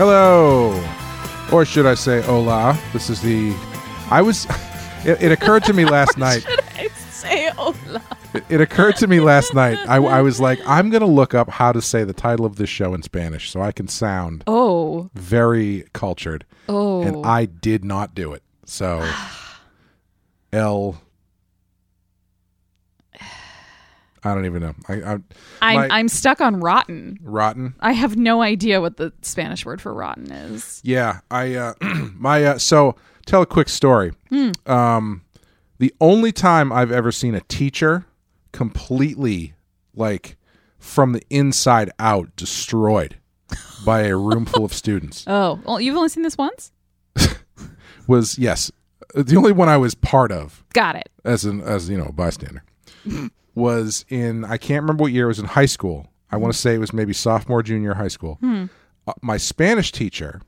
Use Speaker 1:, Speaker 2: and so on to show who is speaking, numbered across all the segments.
Speaker 1: Hello, or should I say, hola? This is the. I was. It, it occurred to me last night.
Speaker 2: Should I say hola?
Speaker 1: It, it occurred to me last night. I, I was like, I'm gonna look up how to say the title of this show in Spanish so I can sound
Speaker 2: Oh,
Speaker 1: very cultured,
Speaker 2: oh.
Speaker 1: and I did not do it. So, L. I don't even know. I, I
Speaker 2: I'm,
Speaker 1: my-
Speaker 2: I'm stuck on rotten.
Speaker 1: rotten.
Speaker 2: I have no idea what the Spanish word for rotten is.
Speaker 1: Yeah, I uh, my uh, so tell a quick story. Um, the only time I've ever seen a teacher completely like from the inside out destroyed by a room full of students
Speaker 2: Oh, well, you've only seen this once?
Speaker 1: was yes the only one I was part of
Speaker 2: Got it.
Speaker 1: as an as you know a bystander was in I can't remember what year it was in high school. I want to say it was maybe sophomore junior high school. Uh, my Spanish teacher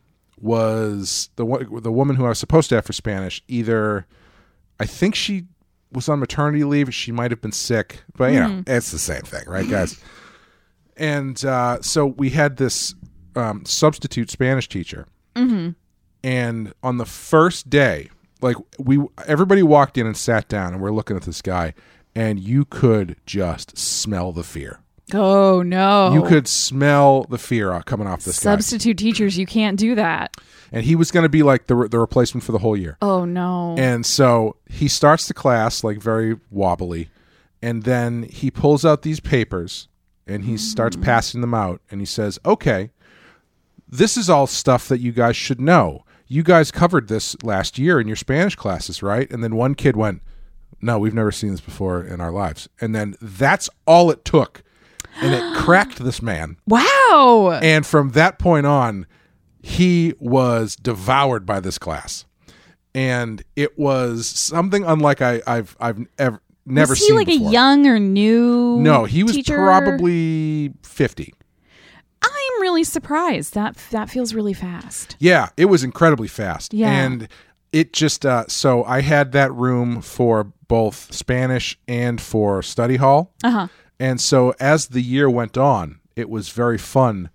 Speaker 1: was the wo- the woman who I was supposed to have for Spanish. Either I think she was on maternity leave. She might have been sick, but you know it's the same thing, right, guys? and uh, so we had this um, substitute Spanish teacher and on the first day like we everybody walked in and sat down and we're looking at this guy and you could just smell the fear
Speaker 2: Oh, no.
Speaker 1: you could smell the fear uh, coming off this
Speaker 2: Substitute teachers, you can't do that.
Speaker 1: guy and he was going to be like the, re- the replacement for the whole year
Speaker 2: Oh, no.
Speaker 1: and so he starts the class like very wobbly and then he pulls out these papers and he starts passing them out and he says okay this is all stuff that you guys should know. You guys covered this last year in your Spanish classes, right? And then one kid went, No, we've never seen this before in our lives. And then that's all it took. And it cracked this man.
Speaker 2: wow.
Speaker 1: And from that point on, he was devoured by this class. And it was something unlike I, I've I've ever never
Speaker 2: was he
Speaker 1: seen
Speaker 2: like
Speaker 1: before.
Speaker 2: a young or new
Speaker 1: no, he was
Speaker 2: teacher?
Speaker 1: probably fifty.
Speaker 2: I'm really surprised. That that feels really fast.
Speaker 1: Yeah, it was incredibly fast.
Speaker 2: Yeah.
Speaker 1: And it just uh so I had that room for both Spanish and for study hall.
Speaker 2: Uh-huh.
Speaker 1: And so as the year went on, it was very fun,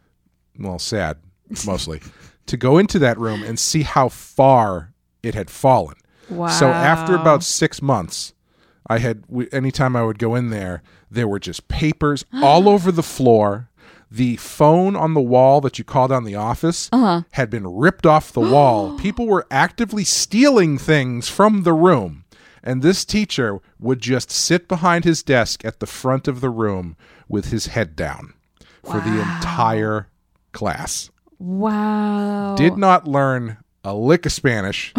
Speaker 1: well, sad mostly, to go into that room and see how far it had fallen.
Speaker 2: Wow.
Speaker 1: So after about six months, I had we- anytime I would go in there, there were just papers all over the floor. The phone on the wall that you called on the office had been ripped off the wall. People were actively stealing things from the room. And this teacher would just sit behind his desk at the front of the room with his head down for the entire class
Speaker 2: Wow.
Speaker 1: did not learn a lick of Spanish,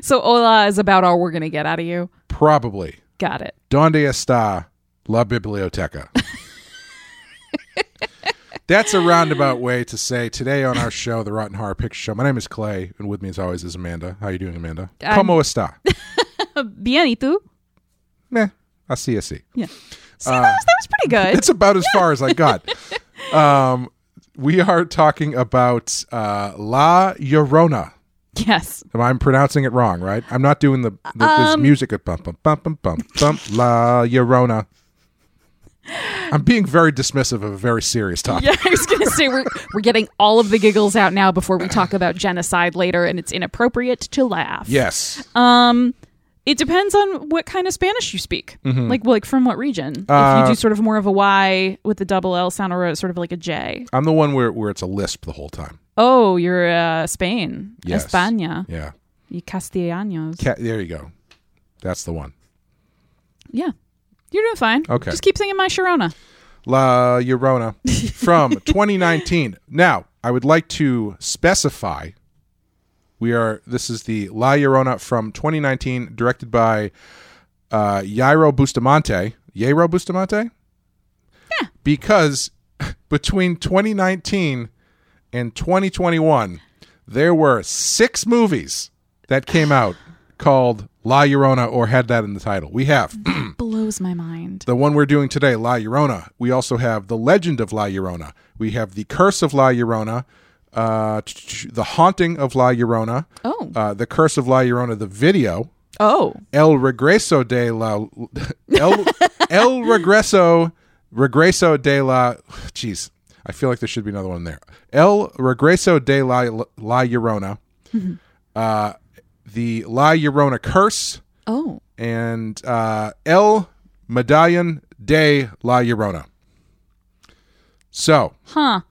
Speaker 2: so hola is about all we're gonna get out of you.
Speaker 1: probably.
Speaker 2: Got it.
Speaker 1: Donde está la biblioteca? That's a roundabout way to say today on our show, the Rotten Horror Picture Show. My name is Clay, and with me as always is Amanda. How you doing, Amanda? Como está?
Speaker 2: Bien y tú?
Speaker 1: Meh, así así.
Speaker 2: See, that, was, that was pretty good.
Speaker 1: That's about as far as I got. Um, we are talking about uh, La Llorona.
Speaker 2: yes.
Speaker 1: Am I- I'm pronouncing it wrong, right? I'm not doing the, the this music of bump bump bump bump bump bump la llorona. I'm being very dismissive of a very serious topic.
Speaker 2: Yeah, I was gonna say we're we're getting all of the giggles out now before we talk about genocide later, and it's inappropriate to laugh.
Speaker 1: Yes.
Speaker 2: Um, it depends on what kind of Spanish you speak. Like, well, like from what region? if
Speaker 1: Mm-hmm. Uh,
Speaker 2: you do sort of more of a Y with the double L sound, or a- sort of like a J.
Speaker 1: I'm the one where, where it's a lisp the whole time.
Speaker 2: Oh, you're uh, Spain,
Speaker 1: Yes.
Speaker 2: España,
Speaker 1: Yeah.
Speaker 2: y Castellanos.
Speaker 1: Ca there you go. That's the one.
Speaker 2: yeah, you're doing fine.
Speaker 1: Okay.
Speaker 2: just keep singing my Sharona.
Speaker 1: La Llorona from 2019. Now, I would like to specify we are this is the La Llorona from 2019 directed by uh Yairo Bustamante. Yairo Bustamante? Yeah. Because between 2019 and 2021 there were 6 movies that came out called La Llorona or had that in the title. We have
Speaker 2: Blows my mind.
Speaker 1: the one we're doing today, La Llorona. We also have The Legend of La Llorona. We have The Curse of La Llorona, uh, t- t- The Haunting of La Llorona,
Speaker 2: Oh,
Speaker 1: uh, The Curse of La Llorona, the video,
Speaker 2: oh,
Speaker 1: El Regreso de la. El, El Regreso. Regreso de la. Jeez. I feel like there should be another one there. El Regreso de la, la Llorona, uh, the La Llorona Curse,
Speaker 2: Oh,
Speaker 1: and uh, El Medallon de la Llorona. So,
Speaker 2: huh.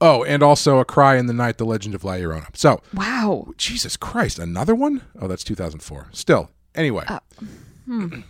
Speaker 1: oh, and also A Cry in the Night, The Legend of La Llorona. So,
Speaker 2: Wow.
Speaker 1: Jesus Christ, another one? Oh, that's 2004. Still, anyway, uh,
Speaker 2: hmm.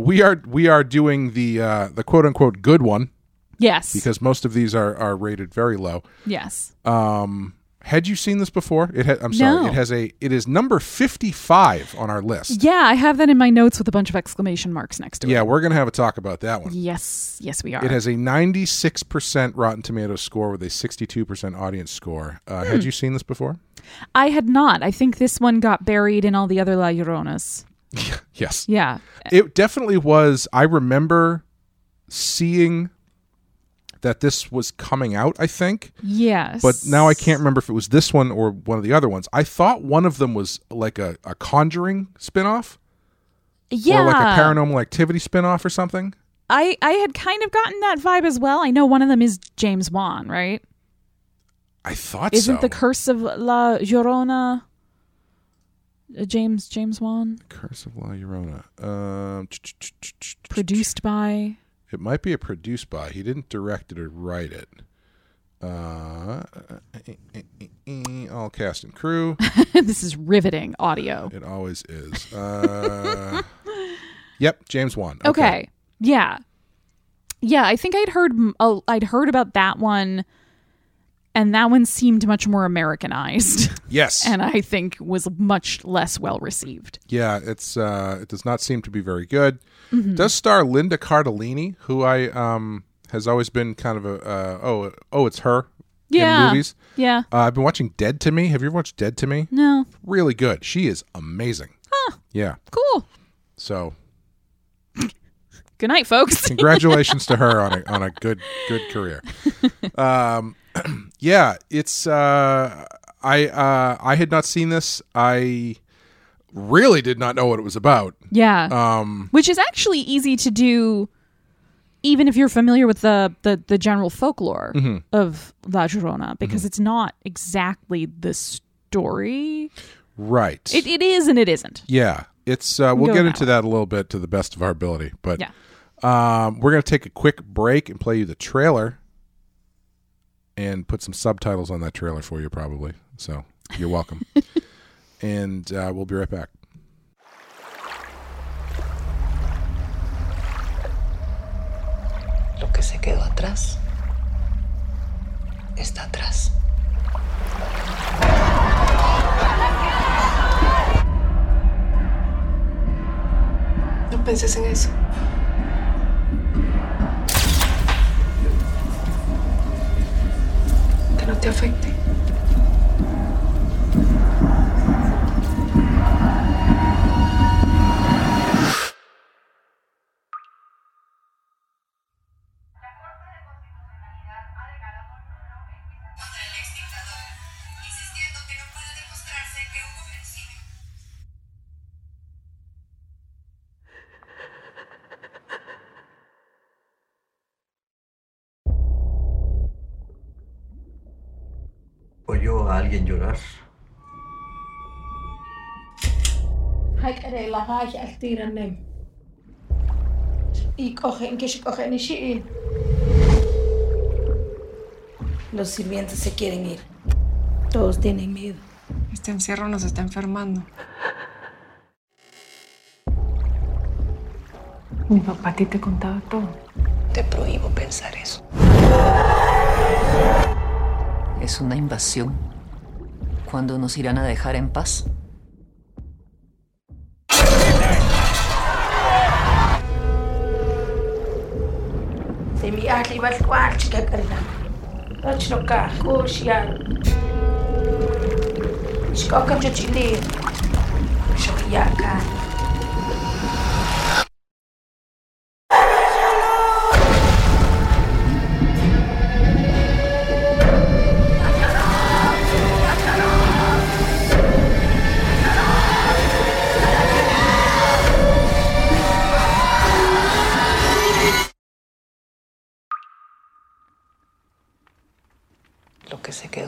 Speaker 1: we are we are doing the uh, the quote unquote good one
Speaker 2: Yes.
Speaker 1: because most of these are are rated very low.
Speaker 2: yes.
Speaker 1: Um, had you seen this before? It ha- I'm sorry,
Speaker 2: No.
Speaker 1: it has a it is number 55 on our list.
Speaker 2: Yeah, I have that in my notes with a bunch of exclamation marks next to it.
Speaker 1: Yeah, we're gonna have a talk about that one.
Speaker 2: Yes. Yes, we are.
Speaker 1: It has a 96% Rotten Tomatoes score with a 62% audience score. Uh, Had you seen this before?
Speaker 2: I had not. I think this one got buried in all the other La Lloronas.
Speaker 1: Yes.
Speaker 2: Yeah.
Speaker 1: It definitely was. I remember seeing that this was coming out, I think,
Speaker 2: Yes.
Speaker 1: but now I can't remember if it was this one or one of the other ones. I thought one of them was like a, a Conjuring spinoff
Speaker 2: Yeah.
Speaker 1: or like a Paranormal Activity spinoff or something.
Speaker 2: I I had kind of gotten that vibe as well. I know one of them is James Wan, right?
Speaker 1: I thought
Speaker 2: Isn't
Speaker 1: so.
Speaker 2: the Curse of La Llorona uh, James James Wan
Speaker 1: Curse of La Llorona. Um, ch-ch-ch-ch-ch.
Speaker 2: produced by?
Speaker 1: It might be a produced by. He didn't direct it or write it. Uh, eh, eh, eh, eh, all cast and crew.
Speaker 2: this is riveting audio.
Speaker 1: It always is. Uh, yep, James Wan.
Speaker 2: Okay. Yeah. Yeah, I think I'd heard m- oh, I'd heard about that one and that one seemed much more Americanized
Speaker 1: Yes.
Speaker 2: and I think was much less well received.
Speaker 1: yeah, it's uh, it does not seem to be very good.
Speaker 2: Mm-hmm.
Speaker 1: Does star Linda Cardellini, who I um has always been kind of a uh, oh oh it's her
Speaker 2: Yeah.
Speaker 1: in movies.
Speaker 2: Yeah.
Speaker 1: Uh, I've been watching Dead to Me. Have you ever watched Dead to Me?
Speaker 2: No.
Speaker 1: Really good. She is amazing. Yeah.
Speaker 2: Cool.
Speaker 1: So
Speaker 2: Good night, folks.
Speaker 1: congratulations to her on a on a good good career. Um, yeah, it's uh, I uh, I had not seen this. I really did not know what it was about.
Speaker 2: yeah.
Speaker 1: Um,
Speaker 2: Which is actually easy to do even if you're familiar with the the, the general folklore
Speaker 1: Mm-hmm.
Speaker 2: of La Llorona because it's not exactly the story.
Speaker 1: right.
Speaker 2: It, it is and it isn't.
Speaker 1: yeah, it's uh, we'll
Speaker 2: Go
Speaker 1: get
Speaker 2: that
Speaker 1: into that a little bit to the best of our ability, but
Speaker 2: Yeah.
Speaker 1: um, we're gonna take a quick break and play you the trailer. And put some subtitles on that trailer for you, probably. So you're welcome. and uh, we'll be right back.
Speaker 3: Lo que se quedó atrás está atrás.
Speaker 4: No penses en eso. Que no te afecte.
Speaker 5: contra el ex dictador, insistiendo que no puede demostrarse que hubo genocidio.
Speaker 6: Oyó a alguien llorar.
Speaker 4: Haic er eila haig al dyr yn nym. I coche yn gysig coche yn eisi un.
Speaker 3: Los sirvientes se quieren ir.
Speaker 4: Dos dyn i'n myd.
Speaker 7: Este encierro nos está enfermando. Mi papá a ti te contaba todo.
Speaker 3: Te prohíbo pensar eso. Es una invasión. ¿Cuándo nos irán a dejar en paz?
Speaker 4: Ddim i allu fel gwarch gyda gyda. Rhaid nhw gach, gwrs iawn. Sgog am jyst i ni. Sgog i aga.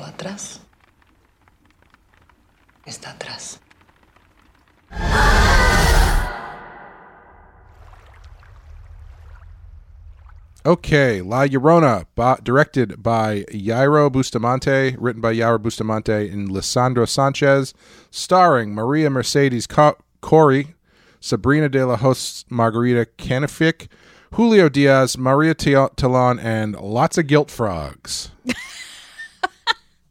Speaker 3: atrás. Está atrás.
Speaker 1: Okay, La Llorona, ba- directed by Yairo Bustamante, written by Yairo Bustamante and Lisandro Sanchez, starring Maria Mercedes Co- Cory, Sabrina de la Host, Margarita Canific, Julio Diaz, Maria Tia- Talon, and lots of guilt frogs.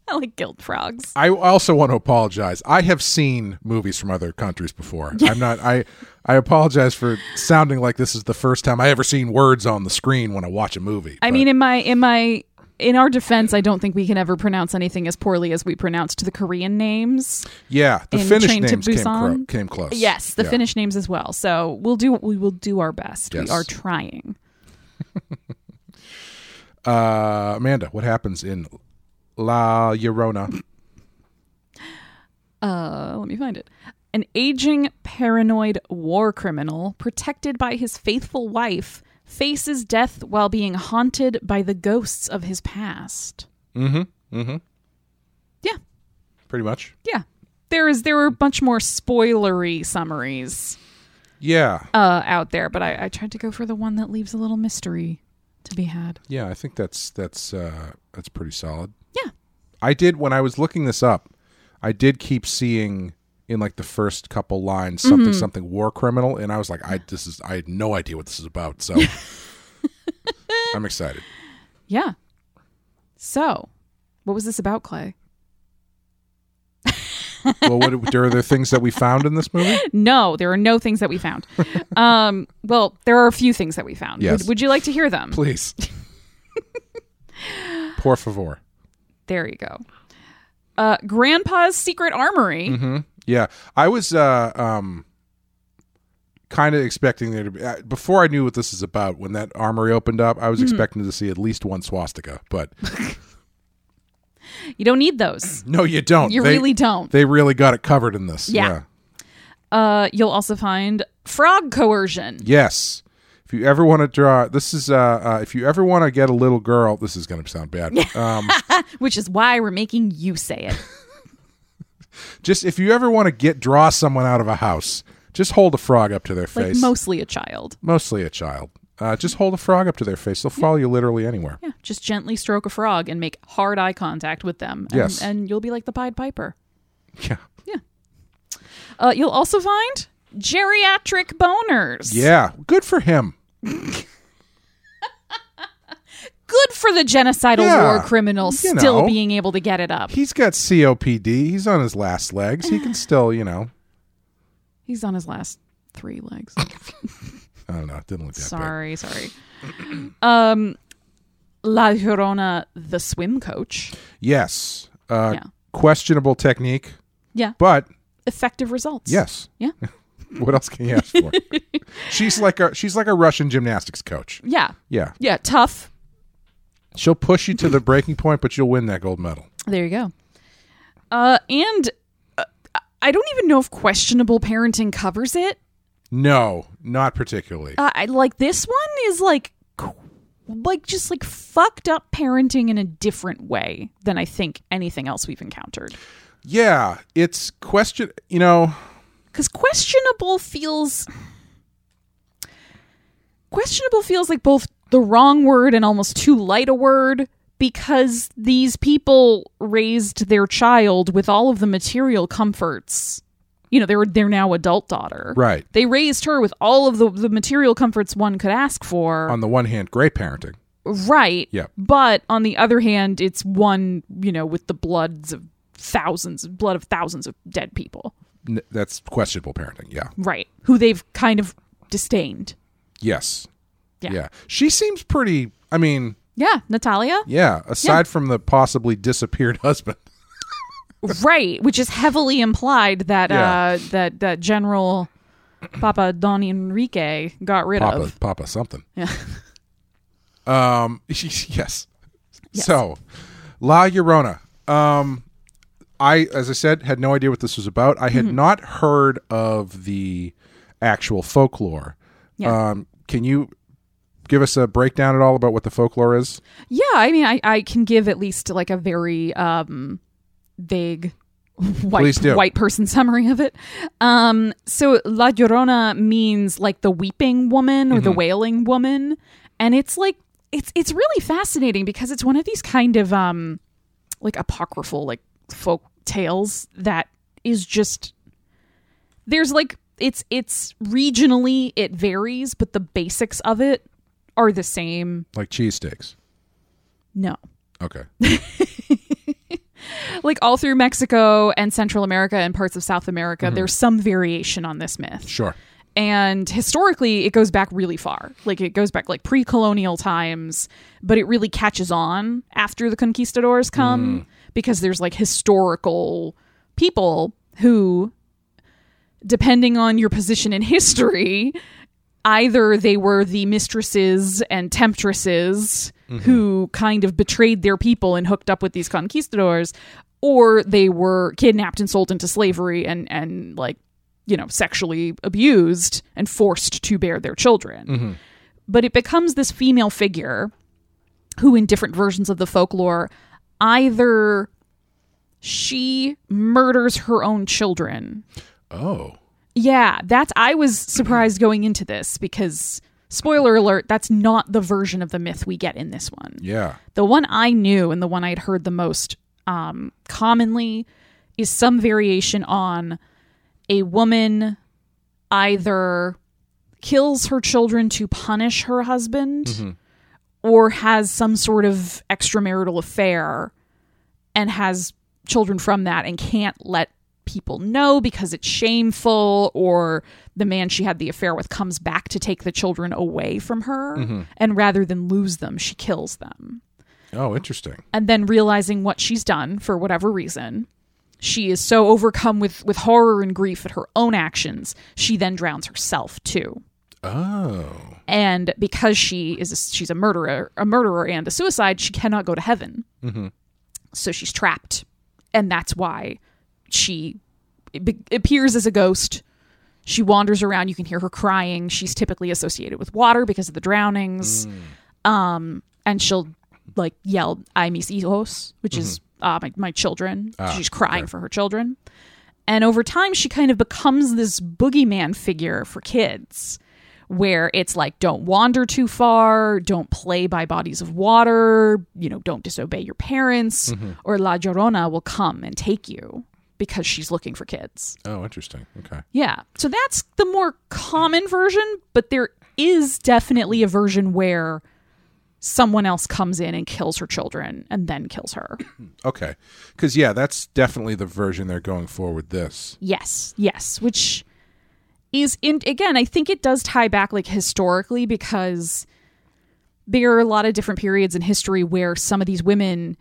Speaker 2: I like guilt frogs.
Speaker 1: I also want to apologize. I have seen movies from other countries before. I'm not. I I apologize for sounding like this is the first time I ever seen words on the screen when I watch a movie.
Speaker 2: I
Speaker 1: but-
Speaker 2: mean, in my in my in our defense, I don't think we can ever pronounce anything as poorly as we pronounced the Korean names.
Speaker 1: Yeah, the
Speaker 2: in
Speaker 1: Finnish
Speaker 2: Train to
Speaker 1: names came,
Speaker 2: Busan?
Speaker 1: cro- came close.
Speaker 2: Yes, the
Speaker 1: Yeah.
Speaker 2: Finnish names as well. So we'll do we will do our best.
Speaker 1: Yes.
Speaker 2: We are trying.
Speaker 1: Uh, Amanda, what happens in La Llorona?
Speaker 2: Uh, let me find it. An aging, paranoid war criminal, protected by his faithful wife, faces death while being haunted by the ghosts of his past.
Speaker 1: Mm-hmm.
Speaker 2: Mm-hmm. Mm-hmm.
Speaker 1: Pretty much.
Speaker 2: Yeah. Yeah. There is there were much more spoilery summaries
Speaker 1: Yeah,
Speaker 2: uh, out there, but I, I tried to go for the one that leaves a little mystery to be had.
Speaker 1: yeah. I think that's that's uh, that's pretty solid.
Speaker 2: Yeah.
Speaker 1: I did when I was looking this up. I did keep seeing in like the first couple lines something
Speaker 2: Mm-hmm.
Speaker 1: something war criminal, and I was like, I this is I had no idea what this is about. So I'm excited.
Speaker 2: Yeah. So, what was this about, Clay?
Speaker 1: Well, what are there things that we found in this movie?
Speaker 2: No, there are no things that we found. um, well, there are a few things that we found.
Speaker 1: Yes.
Speaker 2: Would, would you like to hear them?
Speaker 1: Please, por favor.
Speaker 2: There you go. Uh, Grandpa's secret armory.
Speaker 1: Mm-hmm. Yeah, I was uh, um, kind of expecting there to be uh, before I knew what this is about. When that armory opened up, I
Speaker 2: Mm-hmm.
Speaker 1: was expecting to see at least one swastika, but
Speaker 2: You don't need those.
Speaker 1: no, you don't.
Speaker 2: You
Speaker 1: They-
Speaker 2: really don't.
Speaker 1: They really got it covered in this.
Speaker 2: Yeah.
Speaker 1: yeah.
Speaker 2: Uh, you'll also find frog coercion.
Speaker 1: Yes. If you ever want to draw, this is uh, uh if you ever want to get a little girl, this is going to sound bad. Um,
Speaker 2: which is why we're making you say it.
Speaker 1: just if you ever want to get draw someone out of a house, just hold a frog up to their
Speaker 2: Like
Speaker 1: face.
Speaker 2: mostly a child.
Speaker 1: mostly a child. Uh, just hold a frog up to their face. They'll follow you literally anywhere.
Speaker 2: Yeah, just gently stroke a frog and make hard eye contact with them. And,
Speaker 1: Yes.
Speaker 2: and you'll be like the Pied Piper.
Speaker 1: Yeah.
Speaker 2: Uh, you'll also find geriatric boners.
Speaker 1: Yeah. Good for him.
Speaker 2: Good for the genocidal
Speaker 1: Yeah,
Speaker 2: war criminal
Speaker 1: you
Speaker 2: still
Speaker 1: know.
Speaker 2: being able to get it up.
Speaker 1: He's got COPD. He's on his last legs. He can still, you know,
Speaker 2: He's on his last three legs.
Speaker 1: I don't know. It didn't look that
Speaker 2: sorry, sorry. Um, La Llorona, the swim coach.
Speaker 1: bad. Yes. Uh,
Speaker 2: Yeah.
Speaker 1: Questionable technique,
Speaker 2: Yeah.
Speaker 1: but
Speaker 2: Effective results.
Speaker 1: yes.
Speaker 2: Yeah.
Speaker 1: What else can you ask for? she's like a she's like a Russian gymnastics coach.
Speaker 2: Yeah.
Speaker 1: Yeah.
Speaker 2: Yeah. Tough.
Speaker 1: She'll push you to the breaking point, but you'll win that gold medal.
Speaker 2: There you go. Uh, and uh, I don't even know if questionable parenting covers it.
Speaker 1: No, not particularly.
Speaker 2: Uh, I like this one is like, qu- like just like fucked up parenting in a different way than I think anything else we've encountered.
Speaker 1: yeah, it's question, you know,
Speaker 2: Because questionable feels, questionable feels like both the wrong word and almost too light a word. Because these people raised their child with all of the material comforts. You know, they're their now adult daughter.
Speaker 1: right.
Speaker 2: They raised her with all of the, the material comforts one could ask for.
Speaker 1: On the one hand, great parenting.
Speaker 2: Right.
Speaker 1: Yeah.
Speaker 2: But on the other hand, it's one, you know, with the bloods of thousands, blood of thousands of dead people.
Speaker 1: N- that's questionable parenting. Yeah.
Speaker 2: Right. Who they've kind of disdained.
Speaker 1: Yes.
Speaker 2: Yeah.
Speaker 1: yeah. She seems pretty, I mean,
Speaker 2: Yeah, Natalia?
Speaker 1: yeah, aside from the possibly disappeared husband.
Speaker 2: Right, which is heavily implied that
Speaker 1: Yeah.
Speaker 2: uh that that General Papa Don Enrique got rid
Speaker 1: Papa,
Speaker 2: of.
Speaker 1: Papa something.
Speaker 2: Yeah.
Speaker 1: Um. Yes. So, La Llorona. Um, I, as I said, had no idea what this was about. I
Speaker 2: Mm-hmm.
Speaker 1: had not heard of the actual folklore.
Speaker 2: Yeah.
Speaker 1: Um, can you give us a breakdown at all about what the folklore is?
Speaker 2: Yeah, I mean I I can give at least like a very um vague white,
Speaker 1: Please do.
Speaker 2: white person summary of it. Um, so La Llorona means like the weeping woman or
Speaker 1: Mm-hmm.
Speaker 2: the wailing woman, and it's like it's it's really fascinating because it's one of these kind of um, like apocryphal like folk tales that is just there's like it's it's regionally it varies, but the basics of it are the same.
Speaker 1: like cheesesteaks.
Speaker 2: No.
Speaker 1: Okay.
Speaker 2: like all through Mexico and Central America and parts of South America, there's some variation on this myth.
Speaker 1: Sure.
Speaker 2: And historically, it goes back really far. Like it goes back like pre colonial times, but it really catches on after the conquistadors come because there's like historical people who, depending on your position in history, either they were the mistresses and temptresses who kind of betrayed their people and hooked up with these conquistadors or they were kidnapped and sold into slavery and and like you know sexually abused and forced to bear their children but it becomes this female figure who in different versions of the folklore either she murders her own children
Speaker 1: Oh.
Speaker 2: yeah, that's I was surprised going into this because spoiler alert, that's not the version of the myth we get in this one.
Speaker 1: Yeah.
Speaker 2: The one I knew and the one I'd heard the most um, commonly is some variation on a woman either kills her children to punish her husband or has some sort of extramarital affair and has children from that and can't let people know because it's shameful or the man she had the affair with comes back to take the children away from her and rather than lose them she kills them
Speaker 1: Oh, interesting.
Speaker 2: and then realizing what she's done for whatever reason she is so overcome with with horror and grief at her own actions she then drowns herself too
Speaker 1: Oh.
Speaker 2: and because she is a, she's a murderer a murderer and a suicide she cannot go to heaven so she's trapped and that's why she be- appears as a ghost she wanders around you can hear her crying she's typically associated with water because of the drownings um and she'll like yell i mis hijos which is uh, my, my children So she's crying for her children and over time she kind of becomes this boogeyman figure for kids where it's like don't wander too far, don't play by bodies of water, you know, don't disobey your parents, or La Llorona will come and take you because she's looking for kids.
Speaker 1: Oh, interesting. Okay.
Speaker 2: Yeah. So that's the more common version, but there is definitely a version where someone else comes in and kills her children and then kills her.
Speaker 1: Okay. Cuz yeah, that's definitely the version they're going for with this.
Speaker 2: Yes, yes, which is in again, I think it does tie back like historically because there are a lot of different periods in history where some of these women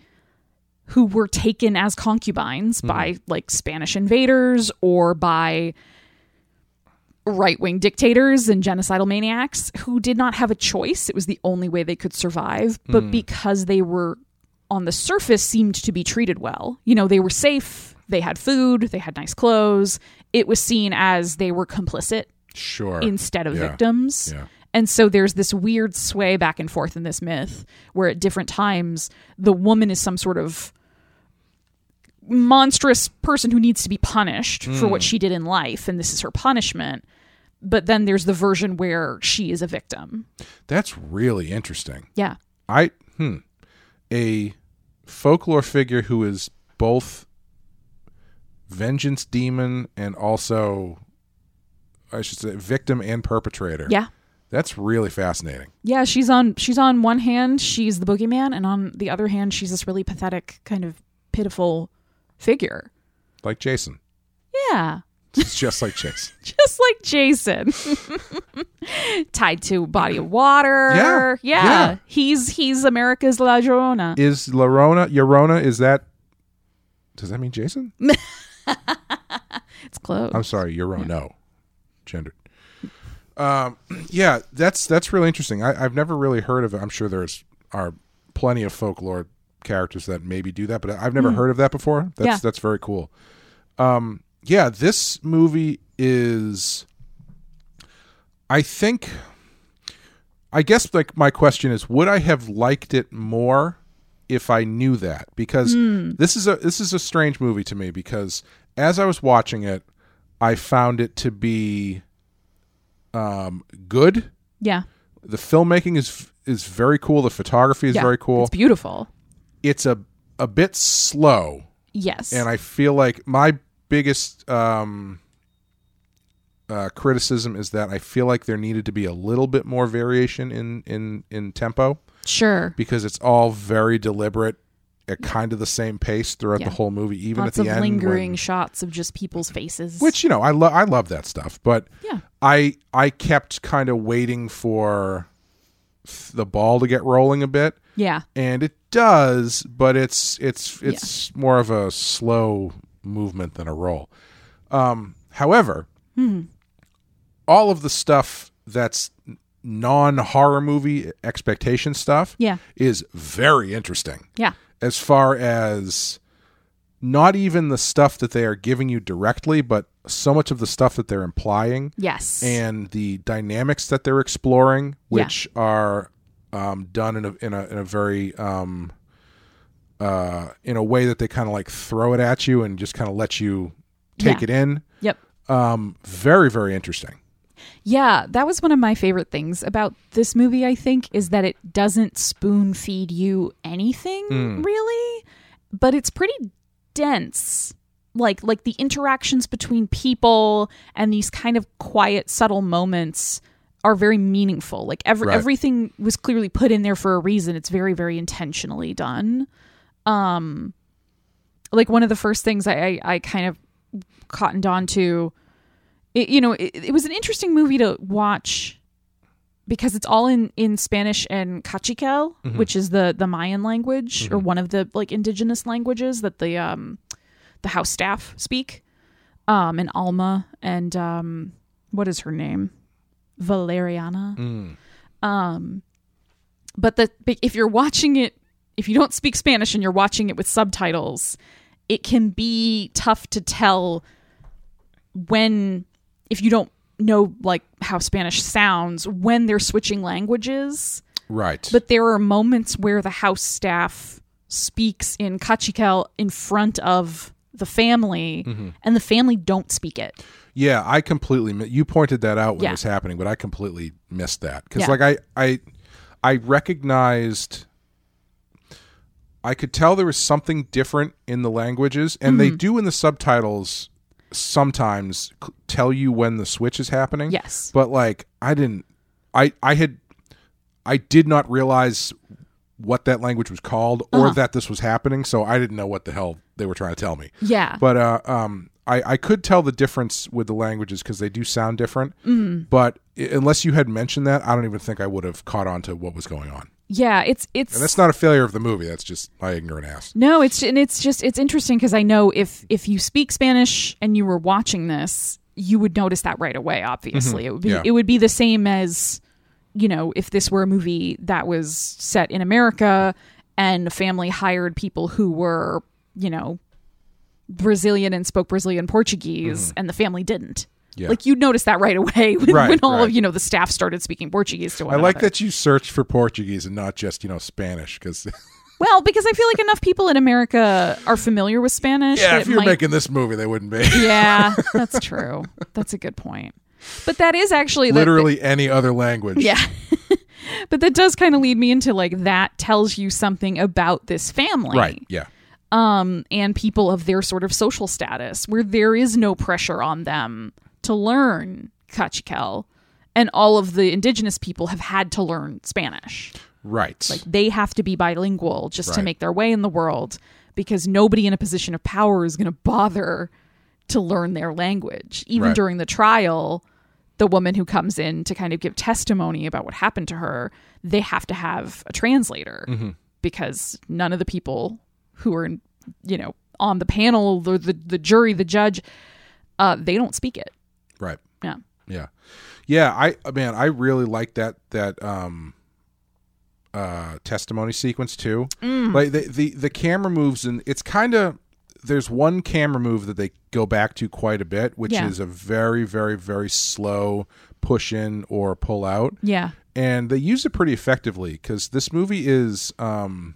Speaker 2: who were taken as concubines by like Spanish invaders or by right-wing dictators and genocidal maniacs who did not have a choice. It was the only way they could survive, but because they were on the surface seemed to be treated well. You know, they were safe, they had food, they had nice clothes. It was seen as they were complicit
Speaker 1: Sure.
Speaker 2: instead of
Speaker 1: Yeah.
Speaker 2: victims.
Speaker 1: Yeah.
Speaker 2: And so there's this weird sway back and forth in this myth where at different times the woman is some sort of monstrous person who needs to be punished for
Speaker 1: Hmm.
Speaker 2: what she did in life and this is her punishment. But then there's the version where she is a victim.
Speaker 1: That's really interesting.
Speaker 2: Yeah.
Speaker 1: I hmm a folklore figure who is both vengeance demon and also I should say victim and perpetrator.
Speaker 2: Yeah.
Speaker 1: That's really fascinating.
Speaker 2: Yeah, she's on she's on one hand, she's the boogeyman, and on the other hand, she's this really pathetic, kind of pitiful figure.
Speaker 1: Like Jason.
Speaker 2: Yeah.
Speaker 1: It's just like Jason.
Speaker 2: Just like Jason. Tied to a body of water.
Speaker 1: Yeah,
Speaker 2: Yeah.
Speaker 1: yeah.
Speaker 2: He's he's America's La Llorona.
Speaker 1: Is Larona Yorona is that Does that mean Jason?
Speaker 2: It's close.
Speaker 1: I'm sorry, Yorona. No. Gendered. Um yeah, that's that's really interesting. I, I've never really heard of it. I'm sure there's are plenty of folklore characters that maybe do that, but I've never heard of that before. That's
Speaker 2: Yeah.
Speaker 1: that's very cool. Um yeah, this movie is I think I guess like my question is would I have liked it more if I knew that because this is a this is a strange movie to me because as I was watching it, I found it to be um, good.
Speaker 2: Yeah.
Speaker 1: The filmmaking is is very cool. The photography is
Speaker 2: yeah.
Speaker 1: very cool.
Speaker 2: It's beautiful.
Speaker 1: it's a a bit slow
Speaker 2: Yes.
Speaker 1: and I feel like my biggest um, uh, criticism is that I feel like there needed to be a little bit more variation in in in tempo
Speaker 2: sure.
Speaker 1: because it's all very deliberate at kind of the same pace throughout
Speaker 2: Yeah.
Speaker 1: the whole movie, even
Speaker 2: Lots
Speaker 1: at
Speaker 2: of
Speaker 1: the end.
Speaker 2: lingering
Speaker 1: when-
Speaker 2: shots of just people's faces.
Speaker 1: which you know, I love I love that stuff, but
Speaker 2: Yeah.
Speaker 1: I I kept kind of waiting for the ball to get rolling a bit
Speaker 2: Yeah.
Speaker 1: and it does but it's it's it's more of a slow movement than a roll um however all of the stuff that's non horror movie expectation stuff
Speaker 2: Yeah.
Speaker 1: is very interesting
Speaker 2: Yeah.
Speaker 1: as far as not even the stuff that they are giving you directly but so much of the stuff that they're implying
Speaker 2: Yes.
Speaker 1: and the dynamics that they're exploring, which are um, done in a in a in a very um, uh, in a way that they kind of like throw it at you and just kind of let you take
Speaker 2: Yeah.
Speaker 1: it in.
Speaker 2: yep.
Speaker 1: Um, very very interesting.
Speaker 2: Yeah, that was one of my favorite things about this movie, I think, is that it doesn't spoon feed you anything really, but it's pretty dense. Like like the interactions between people and these kind of quiet, subtle moments are very meaningful. Like every
Speaker 1: Right.
Speaker 2: everything was clearly put in there for a reason. It's very, very intentionally done. Um like one of the first things I, I, I kind of cottoned on to it, you know it, it was an interesting movie to watch because it's all in in spanish and cachiquel which is the the mayan language or one of the like indigenous languages that the um the house staff speak um and alma and um what is her name valeriana um but the but if you're watching it if you don't speak spanish and you're watching it with subtitles it can be tough to tell when if you don't know like how Spanish sounds when they're switching languages,
Speaker 1: Right.
Speaker 2: but there are moments where the house staff speaks in Cachiquel in front of the family
Speaker 1: Mm-hmm.
Speaker 2: and the family don't speak it.
Speaker 1: yeah, I completely mi- you pointed that out when
Speaker 2: Yeah.
Speaker 1: it was happening, but I completely missed that because
Speaker 2: Yeah.
Speaker 1: like I I I recognized. I could tell there was something different in the languages, and
Speaker 2: Mm-hmm.
Speaker 1: they do in the subtitles sometimes c- tell you when the switch is happening.
Speaker 2: Yes.
Speaker 1: but like I didn't, I I had, I did not realize what that language was called or
Speaker 2: Uh-huh.
Speaker 1: that this was happening, so I didn't know what the hell they were trying to tell me.
Speaker 2: Yeah.
Speaker 1: But uh, um, I I could tell the difference with the languages because they do sound different.
Speaker 2: Mm-hmm.
Speaker 1: But i- unless you had mentioned that, I don't even think I would have caught on to what was going on.
Speaker 2: yeah, it's it's
Speaker 1: And that's not a failure of the movie. That's just my ignorant ass.
Speaker 2: No, it's and it's just it's interesting because I know if if you speak Spanish and you were watching this, you would notice that right away. Obviously, it would be
Speaker 1: Mm-hmm. Yeah.
Speaker 2: it would be the same as you know if this were a movie that was set in America and a family hired people who were you know Brazilian and spoke Brazilian Portuguese, and the family didn't.
Speaker 1: Mm-hmm. Yeah.
Speaker 2: Like you'd notice that right away when,
Speaker 1: Right,
Speaker 2: when all of
Speaker 1: right.
Speaker 2: you know the staff started speaking Portuguese to one
Speaker 1: I like
Speaker 2: another.
Speaker 1: that you searched for Portuguese and not just you know Spanish because
Speaker 2: Well, because I feel like enough people in America are familiar with Spanish.
Speaker 1: yeah,
Speaker 2: that
Speaker 1: if
Speaker 2: it
Speaker 1: you're
Speaker 2: might
Speaker 1: making this movie, they wouldn't be.
Speaker 2: Yeah, that's true. That's a good point. But that is actually that-
Speaker 1: Literally any other language.
Speaker 2: yeah. but that does kind of lead me into like that tells you something about this family
Speaker 1: Right. Yeah.
Speaker 2: um, and people of their sort of social status, where there is no pressure on them to learn Cachiquel, and all of the indigenous people have had to learn Spanish.
Speaker 1: Right.
Speaker 2: They have to be bilingual just to
Speaker 1: Right.
Speaker 2: make their way in the world because nobody in a position of power is going to bother to learn their language. Even
Speaker 1: Right.
Speaker 2: during the trial, the woman who comes in to kind of give testimony about what happened to her, they have to have a translator
Speaker 1: Mm-hmm.
Speaker 2: because none of the people who are, in, you know, on the panel, the the, the jury, the judge, uh, they don't speak it.
Speaker 1: right.
Speaker 2: Yeah.
Speaker 1: Yeah. Yeah. I uh, man, I really like that that um uh testimony sequence too. Like the, the the camera moves and it's kind of there's one camera move that they go back to quite a bit, which
Speaker 2: Yeah.
Speaker 1: is a very very very slow push in or pull out.
Speaker 2: Yeah.
Speaker 1: and they use it pretty effectively because this movie is um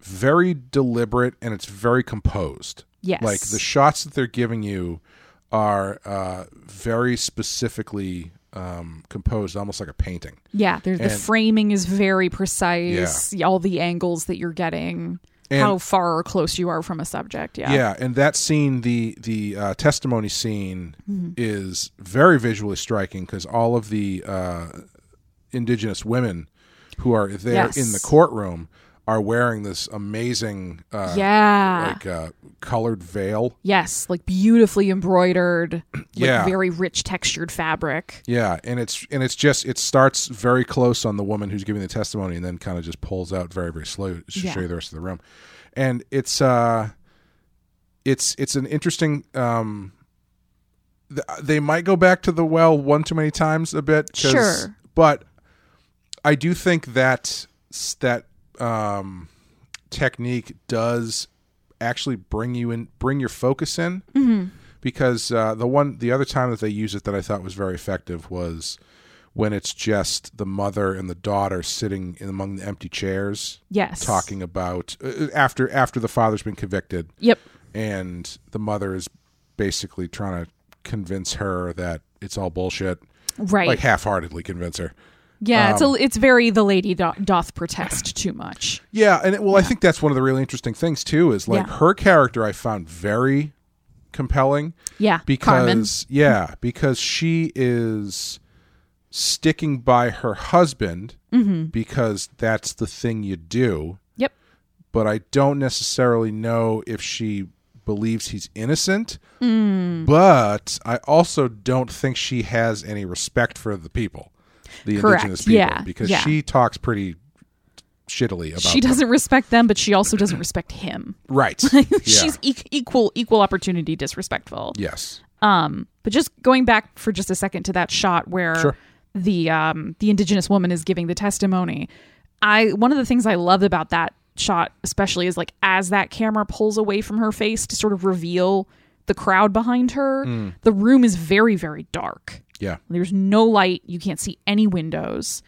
Speaker 1: very deliberate and it's very composed.
Speaker 2: Yes.
Speaker 1: Like the shots that they're giving you are uh, very specifically um, composed, almost like a painting.
Speaker 2: Yeah, there- the
Speaker 1: And-
Speaker 2: framing is very precise. All the angles that you're getting,
Speaker 1: And-
Speaker 2: how far or close you are from a subject. Yeah.
Speaker 1: Yeah, and that scene, the the uh, testimony scene,
Speaker 2: Mm-hmm.
Speaker 1: is very visually striking because all of the uh, indigenous women who are there
Speaker 2: Yes.
Speaker 1: in the courtroom are wearing this amazing, uh,
Speaker 2: Yeah.
Speaker 1: like uh, colored veil.
Speaker 2: yes, like beautifully embroidered, like
Speaker 1: Yeah.
Speaker 2: very rich textured fabric.
Speaker 1: Yeah, and it's and it's just it starts very close on the woman who's giving the testimony, and then kind of just pulls out very very slow to
Speaker 2: Yeah.
Speaker 1: show you the rest of the room, and it's uh, it's it's an interesting um. th- They might go back to the well one too many times a bit, 'cause-
Speaker 2: Sure.
Speaker 1: But I do think that s- that um, technique does actually bring you in, bring your focus in
Speaker 2: Mm-hmm.
Speaker 1: because uh, the one the other time that they used it that I thought was very effective was when it's just the mother and the daughter sitting in among the empty chairs
Speaker 2: Yes.
Speaker 1: talking about uh, after after the father's been convicted
Speaker 2: Yep.
Speaker 1: and the mother is basically trying to convince her that it's all bullshit
Speaker 2: Right.
Speaker 1: like um, half-heartedly convince her
Speaker 2: yeah. it's a, it's very the lady do- doth protest too much.
Speaker 1: yeah and it, well i think that's one of the really interesting things too is like
Speaker 2: Yeah.
Speaker 1: her character i found very compelling
Speaker 2: Yeah. Carmen.
Speaker 1: because yeah because she is sticking by her husband because that's the thing you do
Speaker 2: Mm-hmm. Yep.
Speaker 1: but i don't necessarily know if she believes he's innocent
Speaker 2: Mm.
Speaker 1: but i also don't think she has any respect for the people the
Speaker 2: Correct.
Speaker 1: indigenous people
Speaker 2: Yeah.
Speaker 1: because
Speaker 2: Yeah.
Speaker 1: she talks pretty shittily about
Speaker 2: She
Speaker 1: them.
Speaker 2: doesn't respect them, but she also doesn't respect him.
Speaker 1: right Yeah.
Speaker 2: She's e- equal equal opportunity disrespectful.
Speaker 1: yes
Speaker 2: Um, but just going back for just a second to that shot where
Speaker 1: Sure.
Speaker 2: the um, the indigenous woman is giving the testimony, I one of the things I love about that shot especially is like as that camera pulls away from her face to sort of reveal the crowd behind her, the room is very very dark.
Speaker 1: yeah
Speaker 2: There's no light. You can't see any windows.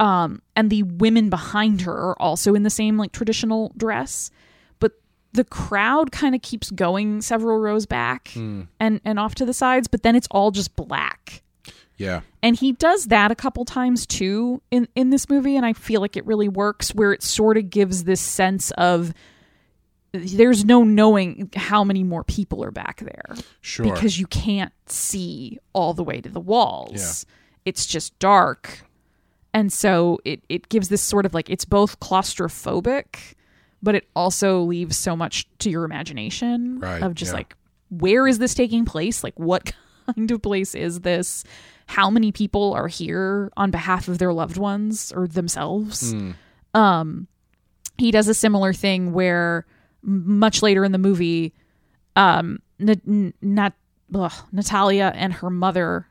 Speaker 2: Um, and the women behind her are also in the same like traditional dress, but the crowd kind of keeps going several rows back and and off to the sides. But then it's all just black.
Speaker 1: yeah
Speaker 2: And he does that a couple times too in in this movie, and I feel like it really works where it sort of gives this sense of there's no knowing how many more people are back there
Speaker 1: sure
Speaker 2: because you can't see all the way to the walls. It's just dark. And so it, it gives this sort of like it's both claustrophobic, but it also leaves so much to your imagination
Speaker 1: Right,
Speaker 2: of just
Speaker 1: yeah.
Speaker 2: like where is this taking place? Like what kind of place is this? How many people are here on behalf of their loved ones or themselves?
Speaker 1: Hmm.
Speaker 2: Um, he does a similar thing where m- much later in the movie um N- N- Nat- ugh, natalia and her mother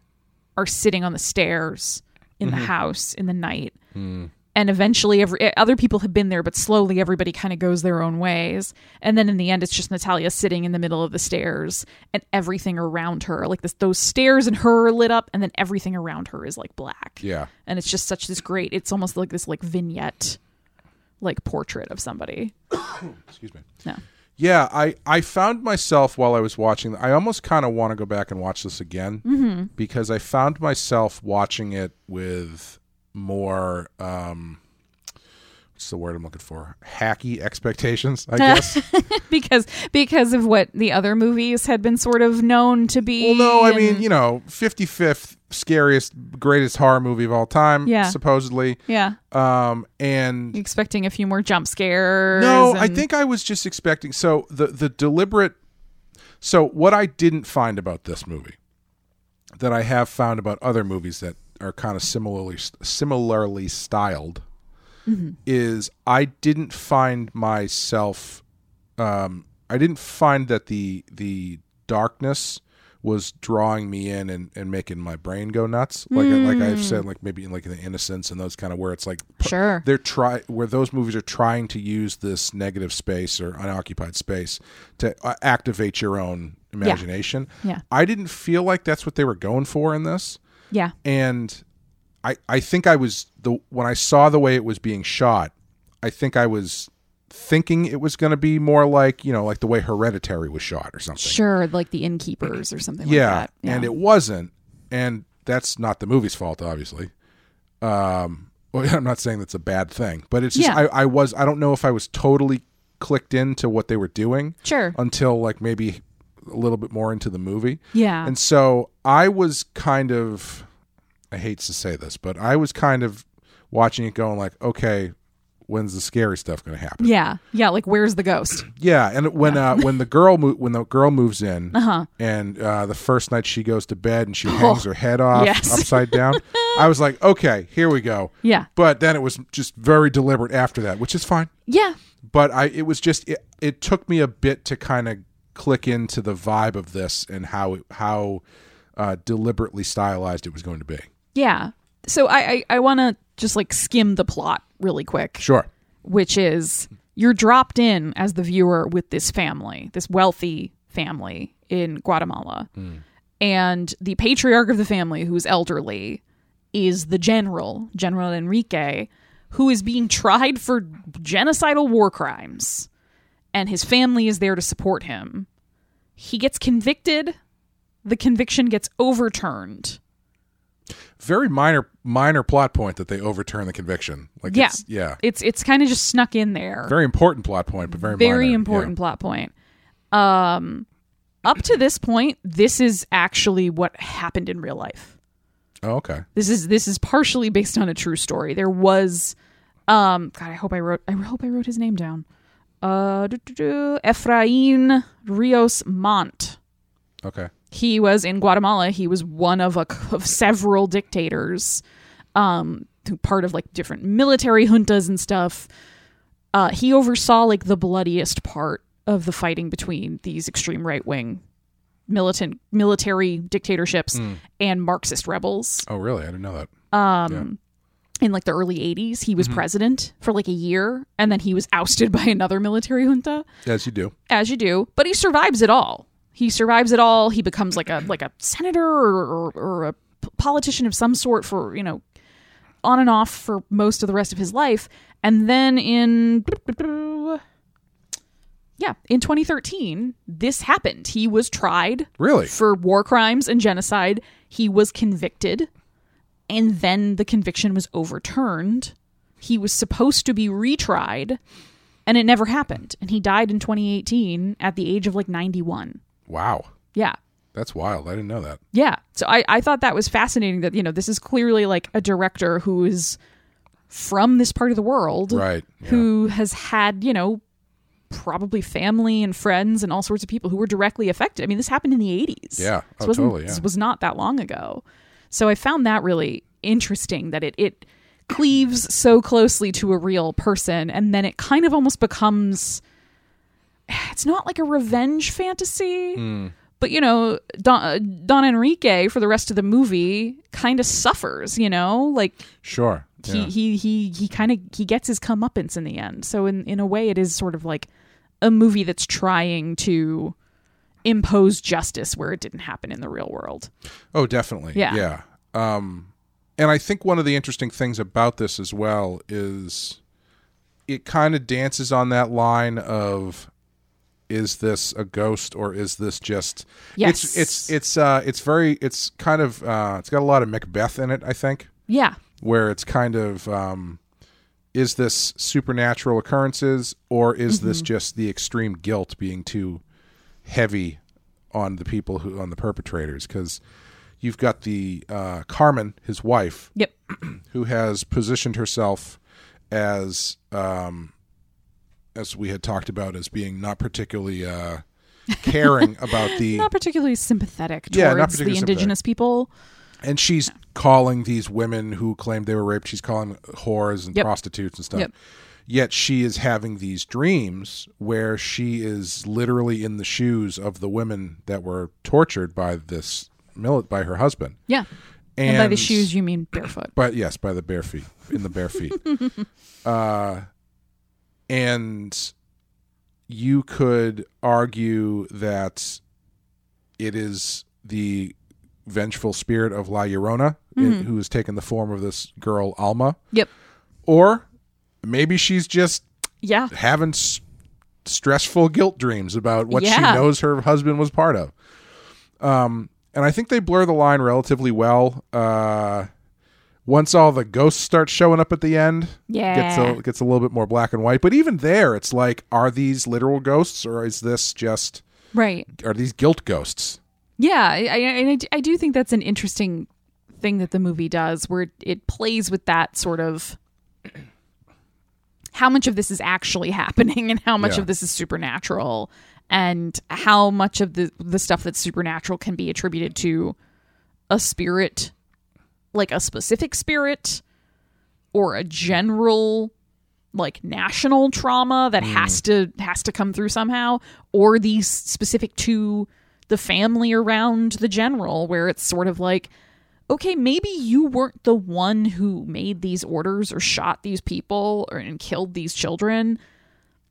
Speaker 2: are sitting on the stairs in the house in the night and eventually every eh, other people have been there but slowly everybody kind of goes their own ways and then in the end it's just natalia sitting in the middle of the stairs and everything around her like this, those stairs and her are lit up and then everything around her is like black
Speaker 1: yeah
Speaker 2: and it's just such this great it's almost like this like vignette like portrait of somebody
Speaker 1: excuse me
Speaker 2: no
Speaker 1: Yeah, I, I found myself while I was watching. I almost kind of want to go back and watch this again because I found myself watching it with more um, what's the word I'm looking for? Hacky expectations, I guess.
Speaker 2: because because of what the other movies had been sort of known to be
Speaker 1: well, no, I
Speaker 2: and-
Speaker 1: mean you know, 55th scariest, greatest horror movie of all time,
Speaker 2: Yeah.
Speaker 1: supposedly.
Speaker 2: yeah
Speaker 1: Um, and
Speaker 2: expecting a few more jump scares
Speaker 1: No, I
Speaker 2: and-
Speaker 1: think I was just expecting. So the the deliberate. So what I didn't find about this movie that I have found about other movies that are kind of similarly similarly styled is I didn't find myself. Um, I didn't find that the the darkness was drawing me in and, and making my brain go nuts like like I've said like maybe in like the innocence and those kind of where it's like
Speaker 2: sure
Speaker 1: they're try where those movies are trying to use this negative space or unoccupied space to uh, activate your own imagination.
Speaker 2: Yeah.
Speaker 1: I didn't feel like that's what they were going for in this,
Speaker 2: yeah
Speaker 1: and I I think I was the when I saw the way it was being shot, I think I was thinking it was going to be more like you know like the way Hereditary was shot or something.
Speaker 2: Sure, like the innkeepers or something
Speaker 1: yeah,
Speaker 2: like that.
Speaker 1: and it wasn't, and that's not the movie's fault, obviously. Um, well, I'm not saying that's a bad thing, but it's just
Speaker 2: Yeah.
Speaker 1: I, I was I don't know if I was totally clicked into what they were doing
Speaker 2: sure.
Speaker 1: until like maybe a little bit more into the movie.
Speaker 2: yeah.
Speaker 1: And so I was kind of, I hate to say this, but I was kind of watching it going like, okay, when's the scary stuff going to happen?
Speaker 2: yeah. Yeah, like where's the ghost?
Speaker 1: Yeah, and when uh, when the girl mo- when the girl moves in,
Speaker 2: Uh-huh.
Speaker 1: and uh, the first night she goes to bed and she hangs her head off
Speaker 2: Oh, Yes.
Speaker 1: upside down, I was like, okay, here we go.
Speaker 2: Yeah.
Speaker 1: But then it was just very deliberate after that, which is fine.
Speaker 2: Yeah.
Speaker 1: But I it was just it, it took me a bit to kind of click into the vibe of this and how how uh, deliberately stylized it was going to be.
Speaker 2: Yeah. So I I, I want to just like skim the plot really quick.
Speaker 1: Sure.
Speaker 2: which is you're dropped in as the viewer with this family, this wealthy family in Guatemala. And the patriarch of the family, who's elderly, is the general, General Enrique, who is being tried for genocidal war crimes. And his family is there to support him. He gets convicted. The conviction gets overturned.
Speaker 1: Very minor minor plot point that they overturn the conviction. Like
Speaker 2: Yeah.
Speaker 1: it's, yeah.
Speaker 2: It's it's kind of just snuck in there.
Speaker 1: Very important plot point, but very
Speaker 2: very
Speaker 1: minor. Yeah.
Speaker 2: important plot point. Um, up to this point, this is actually what happened in real life.
Speaker 1: Oh, okay.
Speaker 2: This is this is partially based on a true story. There was, um, God, I hope I wrote I hope I wrote his name down. Uh, do, do, do, Efrain Rios Montt.
Speaker 1: Okay.
Speaker 2: He was in Guatemala. He was one of a of several dictators, um, who part of like different military juntas and stuff. Uh, he oversaw like the bloodiest part of the fighting between these extreme right wing militant military dictatorships and Marxist rebels.
Speaker 1: Oh, really? I didn't know that.
Speaker 2: In like the early '80s, he was president for like a year, and then he was ousted by another military junta.
Speaker 1: As you do.
Speaker 2: as you do but he survives it all he survives it all he becomes like a like a senator or, or, or a p- politician of some sort for you know on and off for most of the rest of his life and then in yeah in 2013 this happened he was tried
Speaker 1: Really?
Speaker 2: for war crimes and genocide he was convicted and then the conviction was overturned he was supposed to be retried and it never happened and he died in 2018 at the age of like 91
Speaker 1: Wow.
Speaker 2: yeah
Speaker 1: That's wild. I didn't know that.
Speaker 2: yeah so i i thought that was fascinating that you know this is clearly like a director who is from this part of the world
Speaker 1: Right. Yeah.
Speaker 2: who has had you know probably family and friends and all sorts of people who were directly affected i mean this happened in the 80s
Speaker 1: Yeah.
Speaker 2: this
Speaker 1: Oh,
Speaker 2: wasn't
Speaker 1: totally, yeah.
Speaker 2: this was not that long ago so i found that really interesting that it it cleaves so closely to a real person and then it kind of almost becomes it's not like a revenge fantasy
Speaker 1: Hmm.
Speaker 2: but you know don, uh, don enrique for the rest of the movie kind of suffers you know like
Speaker 1: Sure.
Speaker 2: he
Speaker 1: Yeah.
Speaker 2: he he he kind of he gets his comeuppance in the end. So in in a way, it is sort of like a movie that's trying to impose justice where it didn't happen in the real world.
Speaker 1: Oh, definitely.
Speaker 2: Yeah.
Speaker 1: Yeah. Um, and I think one of the interesting things about this as well is it kind of dances on that line of is this a ghost or is this just
Speaker 2: Yes.
Speaker 1: it's it's it's uh it's very it's kind of uh it's got a lot of macbeth in it i think
Speaker 2: Yeah,
Speaker 1: where it's kind of um, is this supernatural occurrences or is
Speaker 2: Mm-hmm.
Speaker 1: this just the extreme guilt being too heavy on the people who on the perpetrators because you've got the uh, carmen his wife
Speaker 2: yep,
Speaker 1: who has positioned herself as um, as we had talked about as being not particularly uh, caring about the
Speaker 2: not particularly sympathetic towards
Speaker 1: Yeah, not particularly
Speaker 2: the indigenous people.
Speaker 1: And she's calling these women who claimed they were raped, she's calling whores and
Speaker 2: Yep.
Speaker 1: prostitutes and stuff.
Speaker 2: Yep.
Speaker 1: Yet she is having these dreams where she is literally in the shoes of the women that were tortured by this millet by her husband.
Speaker 2: Yeah, and, by the shoes you mean barefoot.
Speaker 1: But yes, by the bare feet, in the bare feet. uh, and you could argue that it is the vengeful spirit of La Llorona in- who has taken the form of this girl Alma,
Speaker 2: Yep.
Speaker 1: or maybe she's just
Speaker 2: Yeah.
Speaker 1: having s- stressful guilt dreams about what she
Speaker 2: Yeah.
Speaker 1: knows her husband was part of. Um, and I think they blur the line relatively well. Uh, once all the ghosts start showing up at the end, gets
Speaker 2: Yeah.
Speaker 1: a, gets a little bit more black and white. But even there, it's like, are these literal ghosts or is this just
Speaker 2: Right.
Speaker 1: are these guilt ghosts?
Speaker 2: Yeah, I, I, and I d- I do think that's an interesting thing that the movie does, where it plays with that sort of how much of this is actually happening and how much
Speaker 1: Yeah.
Speaker 2: of this is supernatural, and how much of the the stuff that's supernatural can be attributed to a spirit, like a specific spirit, or a general like national trauma that has to has to come through somehow or these specific to the family around the general where it's sort of like okay maybe you weren't the one who made these orders or shot these people or and killed these children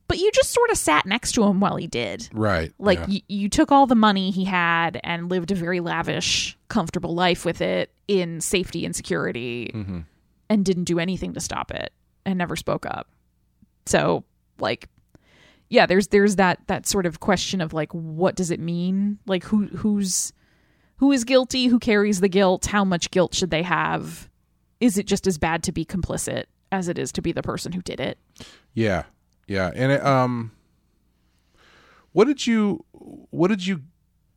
Speaker 2: but you just sort of sat next to him while he did
Speaker 1: Right.
Speaker 2: like
Speaker 1: yeah.
Speaker 2: y- you took all the money he had and lived a very lavish comfortable life with it in safety and security
Speaker 1: Mm-hmm.
Speaker 2: and didn't do anything to stop it and never spoke up so like yeah there's there's that that sort of question of like what does it mean like who who's who is guilty who carries the guilt how much guilt should they have is it just as bad to be complicit as it is to be the person who did it
Speaker 1: Yeah, yeah, and it, um, what did you what did you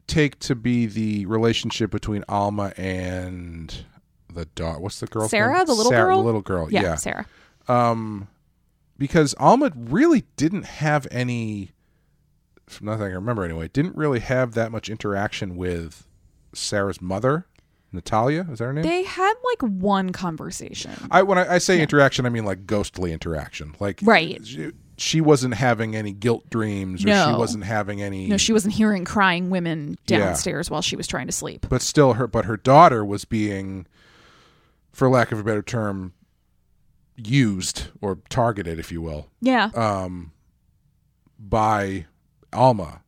Speaker 1: take to be the relationship between Alma and the dog? What's the girl?
Speaker 2: Sarah, the little
Speaker 1: Sarah,
Speaker 2: girl?
Speaker 1: The little girl.
Speaker 2: yeah,
Speaker 1: Oh, Yeah,
Speaker 2: sarah
Speaker 1: because Alma really didn't have any, from nothing I can remember anyway, didn't really have that much interaction with Sarah's mother, Natalia. Is that her name?
Speaker 2: they had like one conversation
Speaker 1: I when I, I say interaction, I mean like ghostly interaction. Like
Speaker 2: Right.
Speaker 1: She, she wasn't having any guilt dreams, or she
Speaker 2: No.
Speaker 1: wasn't having any.
Speaker 2: No, she wasn't hearing crying women
Speaker 1: Yeah.
Speaker 2: downstairs while she was trying to sleep.
Speaker 1: but still her but her daughter was being for lack of a better term used or targeted if you will um,
Speaker 2: Yeah.
Speaker 1: by alma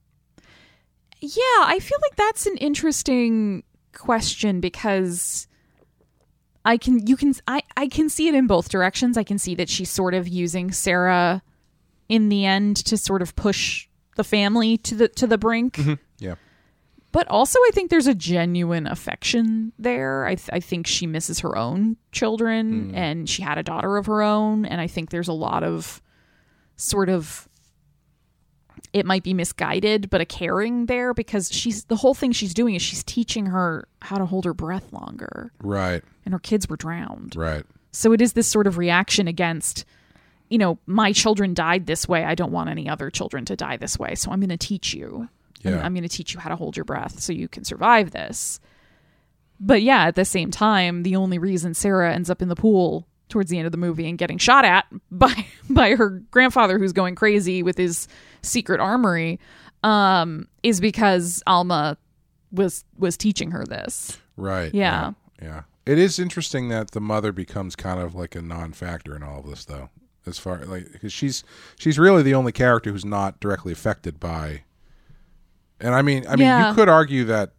Speaker 2: yeah, I feel like that's an interesting question because I can you can I I can see it in both directions. I can see that she's sort of using Sarah in the end to sort of push the family to the to the brink.
Speaker 1: yeah
Speaker 2: But also I think there's a genuine affection there. I th- I think she misses her own children and she had a daughter of her own and I think there's a lot of sort of it might be misguided but a caring there because she's the whole thing she's doing is she's teaching her how to hold her breath longer
Speaker 1: right
Speaker 2: and her kids were drowned
Speaker 1: right
Speaker 2: so it is this sort of reaction against you know my children died this way i don't want any other children to die this way so i'm going to teach you I'm-
Speaker 1: Yeah.
Speaker 2: i'm going to teach you how to hold your breath so you can survive this but yeah at the same time the only reason sarah ends up in the pool towards the end of the movie and getting shot at by by her grandfather who's going crazy with his secret armory um is because alma was was teaching her this
Speaker 1: right
Speaker 2: Yeah.
Speaker 1: yeah, yeah. it is interesting that the mother becomes kind of like a non-factor in all of this though as far like because she's she's really the only character who's not directly affected by and i mean i mean
Speaker 2: Yeah.
Speaker 1: you could argue that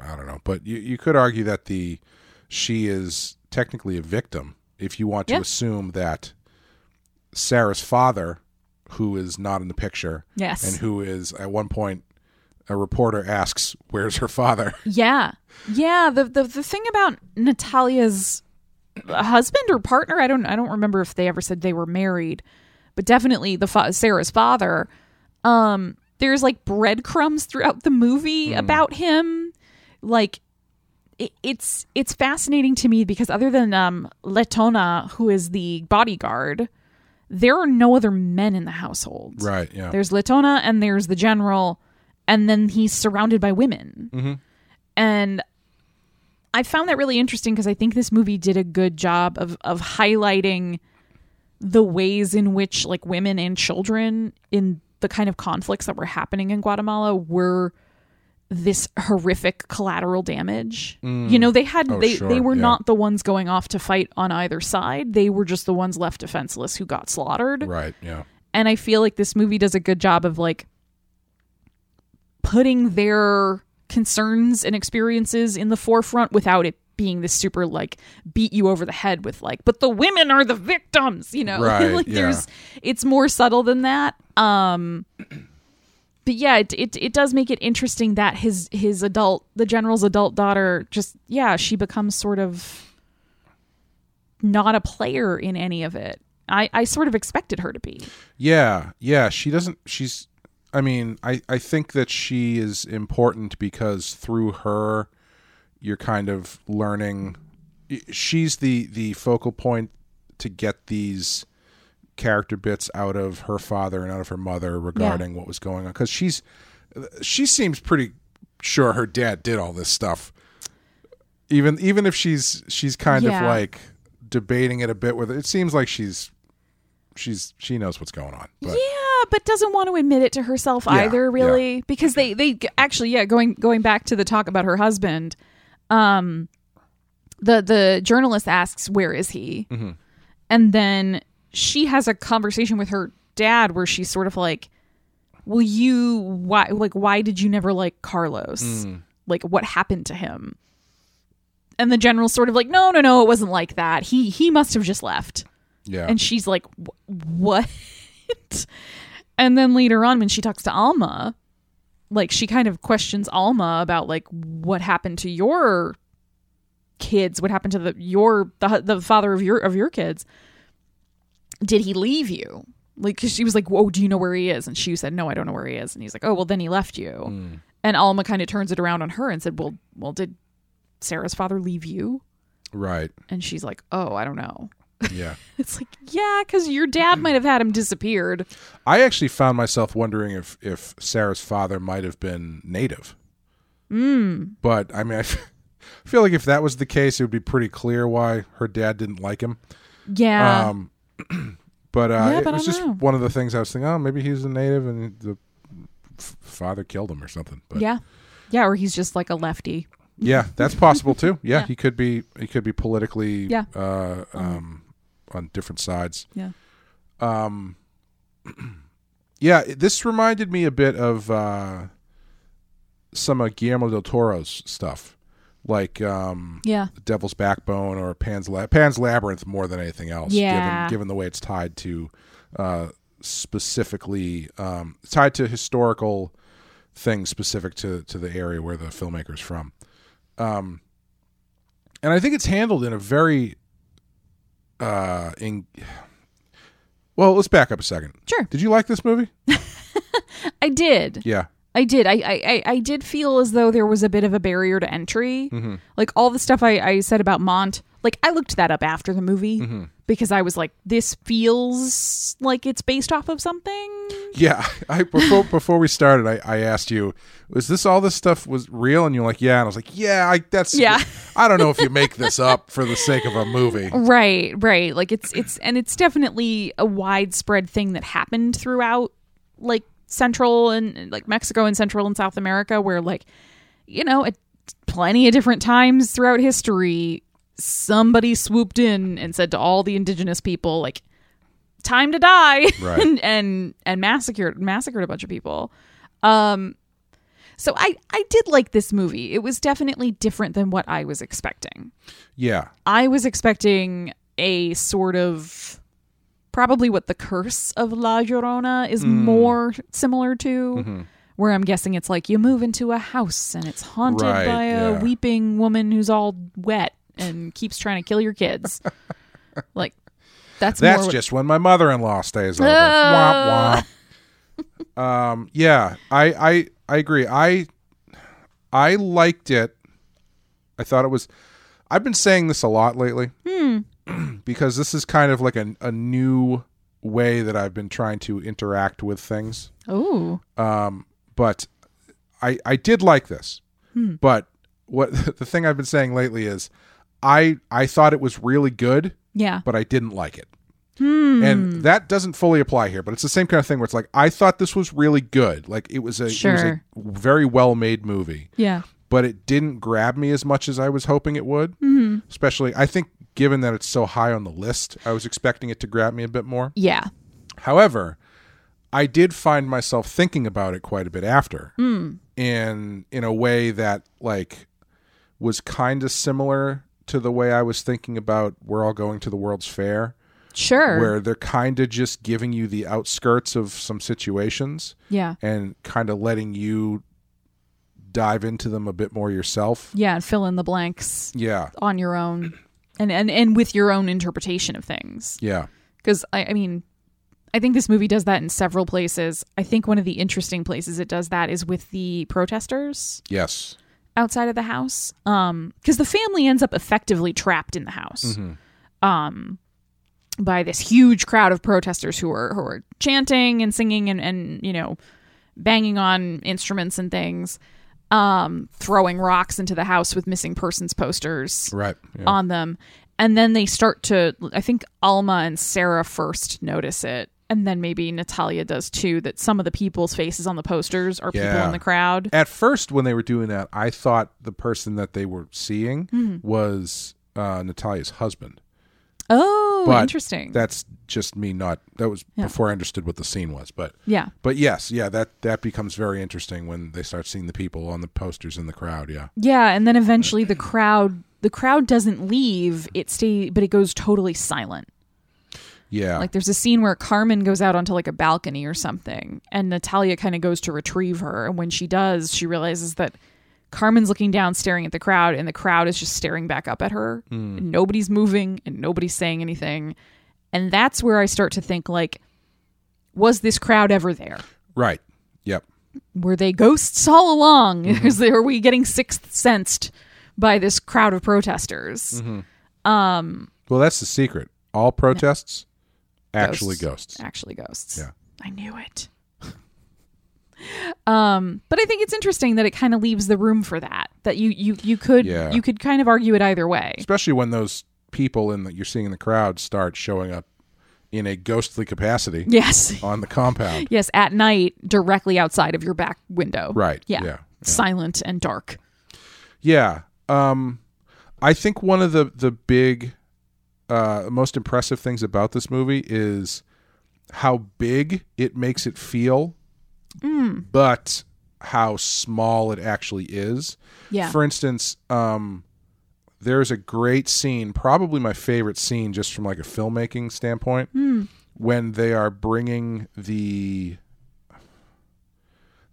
Speaker 1: i don't know but you, you could argue that the she is technically a victim if you want to
Speaker 2: Yeah.
Speaker 1: assume that sarah's father who is not in the picture
Speaker 2: Yes.
Speaker 1: and who is at one point a reporter asks where's her father
Speaker 2: Yeah. Yeah, the the, the thing about Natalia's husband or partner, I don't I don't remember if they ever said they were married, but definitely the fa- Sarah's father. Um there's like breadcrumbs throughout the movie about him. Like it, it's it's fascinating to me because other than um Letona who is the bodyguard, there are no other men in the household.
Speaker 1: right yeah
Speaker 2: There's Latona and there's the general, and then he's surrounded by women.
Speaker 1: Mm-hmm.
Speaker 2: And I found that really interesting because I think this movie did a good job of of highlighting the ways in which like women and children in the kind of conflicts that were happening in Guatemala were this horrific collateral damage. You know, they had
Speaker 1: Oh,
Speaker 2: they
Speaker 1: sure,
Speaker 2: they were
Speaker 1: yeah.
Speaker 2: not the ones going off to fight on either side. They were just the ones left defenseless who got slaughtered
Speaker 1: right yeah
Speaker 2: and I feel like this movie does a good job of like putting their concerns and experiences in the forefront without it being this super like beat you over the head with like but the women are the victims you know
Speaker 1: Right,
Speaker 2: like
Speaker 1: yeah.
Speaker 2: there's it's more subtle than that um but yeah it, it it does make it interesting that his his adult the general's adult daughter just yeah she becomes sort of not a player in any of it i i sort of expected her to be
Speaker 1: Yeah, yeah. She doesn't. She's. I mean, I I think that she is important because through her, you're kind of learning. She's the the focal point to get these character bits out of her father and out of her mother regarding what was going on because she's she seems pretty sure her dad did all this stuff even even if she's she's kind of
Speaker 2: Yeah.
Speaker 1: like debating it a bit with it seems like she's she's she knows what's going on but
Speaker 2: Yeah, but doesn't want to admit it to herself either,
Speaker 1: yeah.
Speaker 2: really, because they they actually yeah going going back to the talk about her husband, um, the the journalist asks where is he,
Speaker 1: Mm-hmm.
Speaker 2: and then she has a conversation with her dad where she's sort of like, "Will you why like why did you never like Carlos?
Speaker 1: Mm.
Speaker 2: Like what happened to him?" And the general's sort of like, "No, no, no, it wasn't like that. He he must have just left."
Speaker 1: yeah
Speaker 2: And she's like, "Wh- what? and then later on, when she talks to Alma, like she kind of questions Alma about like what happened to your kids, what happened to the your the hu- the father of your of your kids. Did he leave you? Like, 'cause she was like, "Whoa, do you know where he is?" And she said, "No, I don't know where he is." And he's like, "Oh, well, then he left you." And Alma kind of turns it around on her and said, "Well, well, did Sarah's father leave you?"
Speaker 1: right
Speaker 2: And she's like, "Oh, I don't know."
Speaker 1: yeah
Speaker 2: It's like, yeah, because your dad might have had him disappeared.
Speaker 1: i actually found myself wondering if if sarah's father might have been native mm. but i mean I f- feel like if that was the case it would be pretty clear why her dad didn't like him
Speaker 2: Yeah.
Speaker 1: um but uh
Speaker 2: Uh. Yeah,
Speaker 1: it
Speaker 2: but I
Speaker 1: was just
Speaker 2: don't know.
Speaker 1: one of the things i was thinking oh maybe he's a native and the f- father killed him or something but
Speaker 2: yeah. Yeah. Or he's just like a lefty.
Speaker 1: Yeah, that's possible too. Yeah, he could be he could be politically
Speaker 2: Yeah.
Speaker 1: uh, um, on different sides. Um,
Speaker 2: Yeah.
Speaker 1: Yeah, it- this reminded me a bit of uh, some of Guillermo del Toro's stuff, like um,
Speaker 2: Yeah.
Speaker 1: Devil's Backbone or Pan's La- Pan's Labyrinth more than anything else.
Speaker 2: Yeah.
Speaker 1: Given, given the way it's tied to uh, specifically um, tied to historical things specific to to the area where the filmmaker's from. Um, and I think it's handled in a very uh in well, let's back up a second.
Speaker 2: Sure.
Speaker 1: Did you like this movie?
Speaker 2: I did.
Speaker 1: Yeah.
Speaker 2: I did. I, I, I- I did feel as though there was a bit of a barrier to entry.
Speaker 1: Mm-hmm.
Speaker 2: Like all the stuff I, I said about Mont, like I looked that up after the movie
Speaker 1: Mm-hmm.
Speaker 2: because I was like, this feels like it's based off of something.
Speaker 1: Yeah, I before before we started, I, I asked you, was this all this stuff was real? And you're like, yeah. And I was like, yeah, I, that's
Speaker 2: Yeah.
Speaker 1: I don't know if you make this up for the sake of a movie.
Speaker 2: Right, right. Like it's it's and it's definitely a widespread thing that happened throughout like Central and like Mexico and Central and South America where like you know, at plenty of different times throughout history somebody swooped in and said to all the indigenous people like time to die
Speaker 1: Right.
Speaker 2: and, and and massacred massacred a bunch of people. Um so I I did like this movie. It was definitely different than what I was expecting.
Speaker 1: Yeah,
Speaker 2: I was expecting a sort of probably what the curse of La Llorona is
Speaker 1: Hmm.
Speaker 2: more similar to,
Speaker 1: Mm-hmm.
Speaker 2: where I'm guessing it's like you move into a house and it's haunted
Speaker 1: Right,
Speaker 2: by a
Speaker 1: yeah.
Speaker 2: weeping woman who's all wet and keeps trying to kill your kids. like that's more
Speaker 1: that's
Speaker 2: what- Oh.
Speaker 1: just when my mother-in-law stays over.
Speaker 2: Ah.
Speaker 1: Womp womp. um, yeah, I, I I agree. I I liked it. I thought it was. I've been saying this a lot lately
Speaker 2: Hmm.
Speaker 1: because this is kind of like a, a new way that I've been trying to interact with things.
Speaker 2: oh
Speaker 1: but I I did like this. But what the thing I've been saying lately is I I thought it was really good,
Speaker 2: yeah
Speaker 1: but I didn't like it. And that doesn't fully apply here, but it's the same kind of thing where it's like I thought this was really good. Like it was a, it was a
Speaker 2: Sure.
Speaker 1: very well-made movie,
Speaker 2: yeah
Speaker 1: but it didn't grab me as much as I was hoping it would. Especially I think given that it's so high on the list, I was expecting it to grab me a bit more.
Speaker 2: yeah
Speaker 1: However, I did find myself thinking about it quite a bit after, in in a way that like was kind of similar to the way I was thinking about we're all going to the World's Fair,
Speaker 2: Sure.
Speaker 1: where they're kind of just giving you the outskirts of some situations
Speaker 2: yeah.
Speaker 1: and kind of letting you dive into them a bit more yourself.
Speaker 2: Yeah, and fill in the blanks
Speaker 1: Yeah.
Speaker 2: on your own and and, and with your own interpretation of things.
Speaker 1: Yeah.
Speaker 2: because I, I mean i think this movie does that in several places i think one of the interesting places it does that is with the protesters
Speaker 1: Yes.
Speaker 2: outside of the house um because the family ends up effectively trapped in the house um by this huge crowd of protesters who are who are chanting and singing and and you know banging on instruments and things um throwing rocks into the house with missing persons posters
Speaker 1: Right. Yeah.
Speaker 2: on them. And then they start to, I think Alma and Sarah first notice it. And then maybe Natalia does too, that some of the people's faces on the posters are people
Speaker 1: Yeah. Eh,
Speaker 2: in the crowd.
Speaker 1: At first, when they were doing that, I thought the person that they were seeing
Speaker 2: Hmm.
Speaker 1: was uh, Natalia's husband.
Speaker 2: Oh,
Speaker 1: But
Speaker 2: interesting.
Speaker 1: That's just me not. That was before I understood what the scene was, but
Speaker 2: yeah.
Speaker 1: But yes, yeah, that that becomes very interesting when they start seeing the people on the posters in the crowd. Yeah,
Speaker 2: Yeah. And then eventually the crowd, the crowd doesn't leave. It stay, but it goes totally silent.
Speaker 1: yeah,
Speaker 2: Like there's a scene where Carmen goes out onto like a balcony or something, and Natalia kind of goes to retrieve her. And when she does, she realizes that Carmen's looking down, staring at the crowd, and the crowd is just staring back up at her. And nobody's moving and nobody's saying anything. And that's where I start to think like, was this crowd ever there?
Speaker 1: right. Yep.
Speaker 2: Were they ghosts all along? Is there, are we getting sixth sensed by this crowd of protesters?
Speaker 1: Well, that's the secret. All protests actually ghosts.
Speaker 2: Actually ghosts.
Speaker 1: Yeah.
Speaker 2: I knew it. um, but I think it's interesting that it kind of leaves the room for that. That you you you could
Speaker 1: Yeah.
Speaker 2: you could kind of argue it either way.
Speaker 1: Especially when those people in that you're seeing in the crowd start showing up in a ghostly capacity
Speaker 2: Yes.
Speaker 1: on the compound.
Speaker 2: Yes, at night directly outside of your back window.
Speaker 1: Right,
Speaker 2: Yeah.
Speaker 1: yeah, yeah.
Speaker 2: Silent and dark.
Speaker 1: Yeah. Um I think one of the the big uh most impressive things about this movie is how big it makes it feel but how small it actually is.
Speaker 2: Yeah.
Speaker 1: For instance, um there's a great scene, probably my favorite scene just from like a filmmaking standpoint, when they are bringing the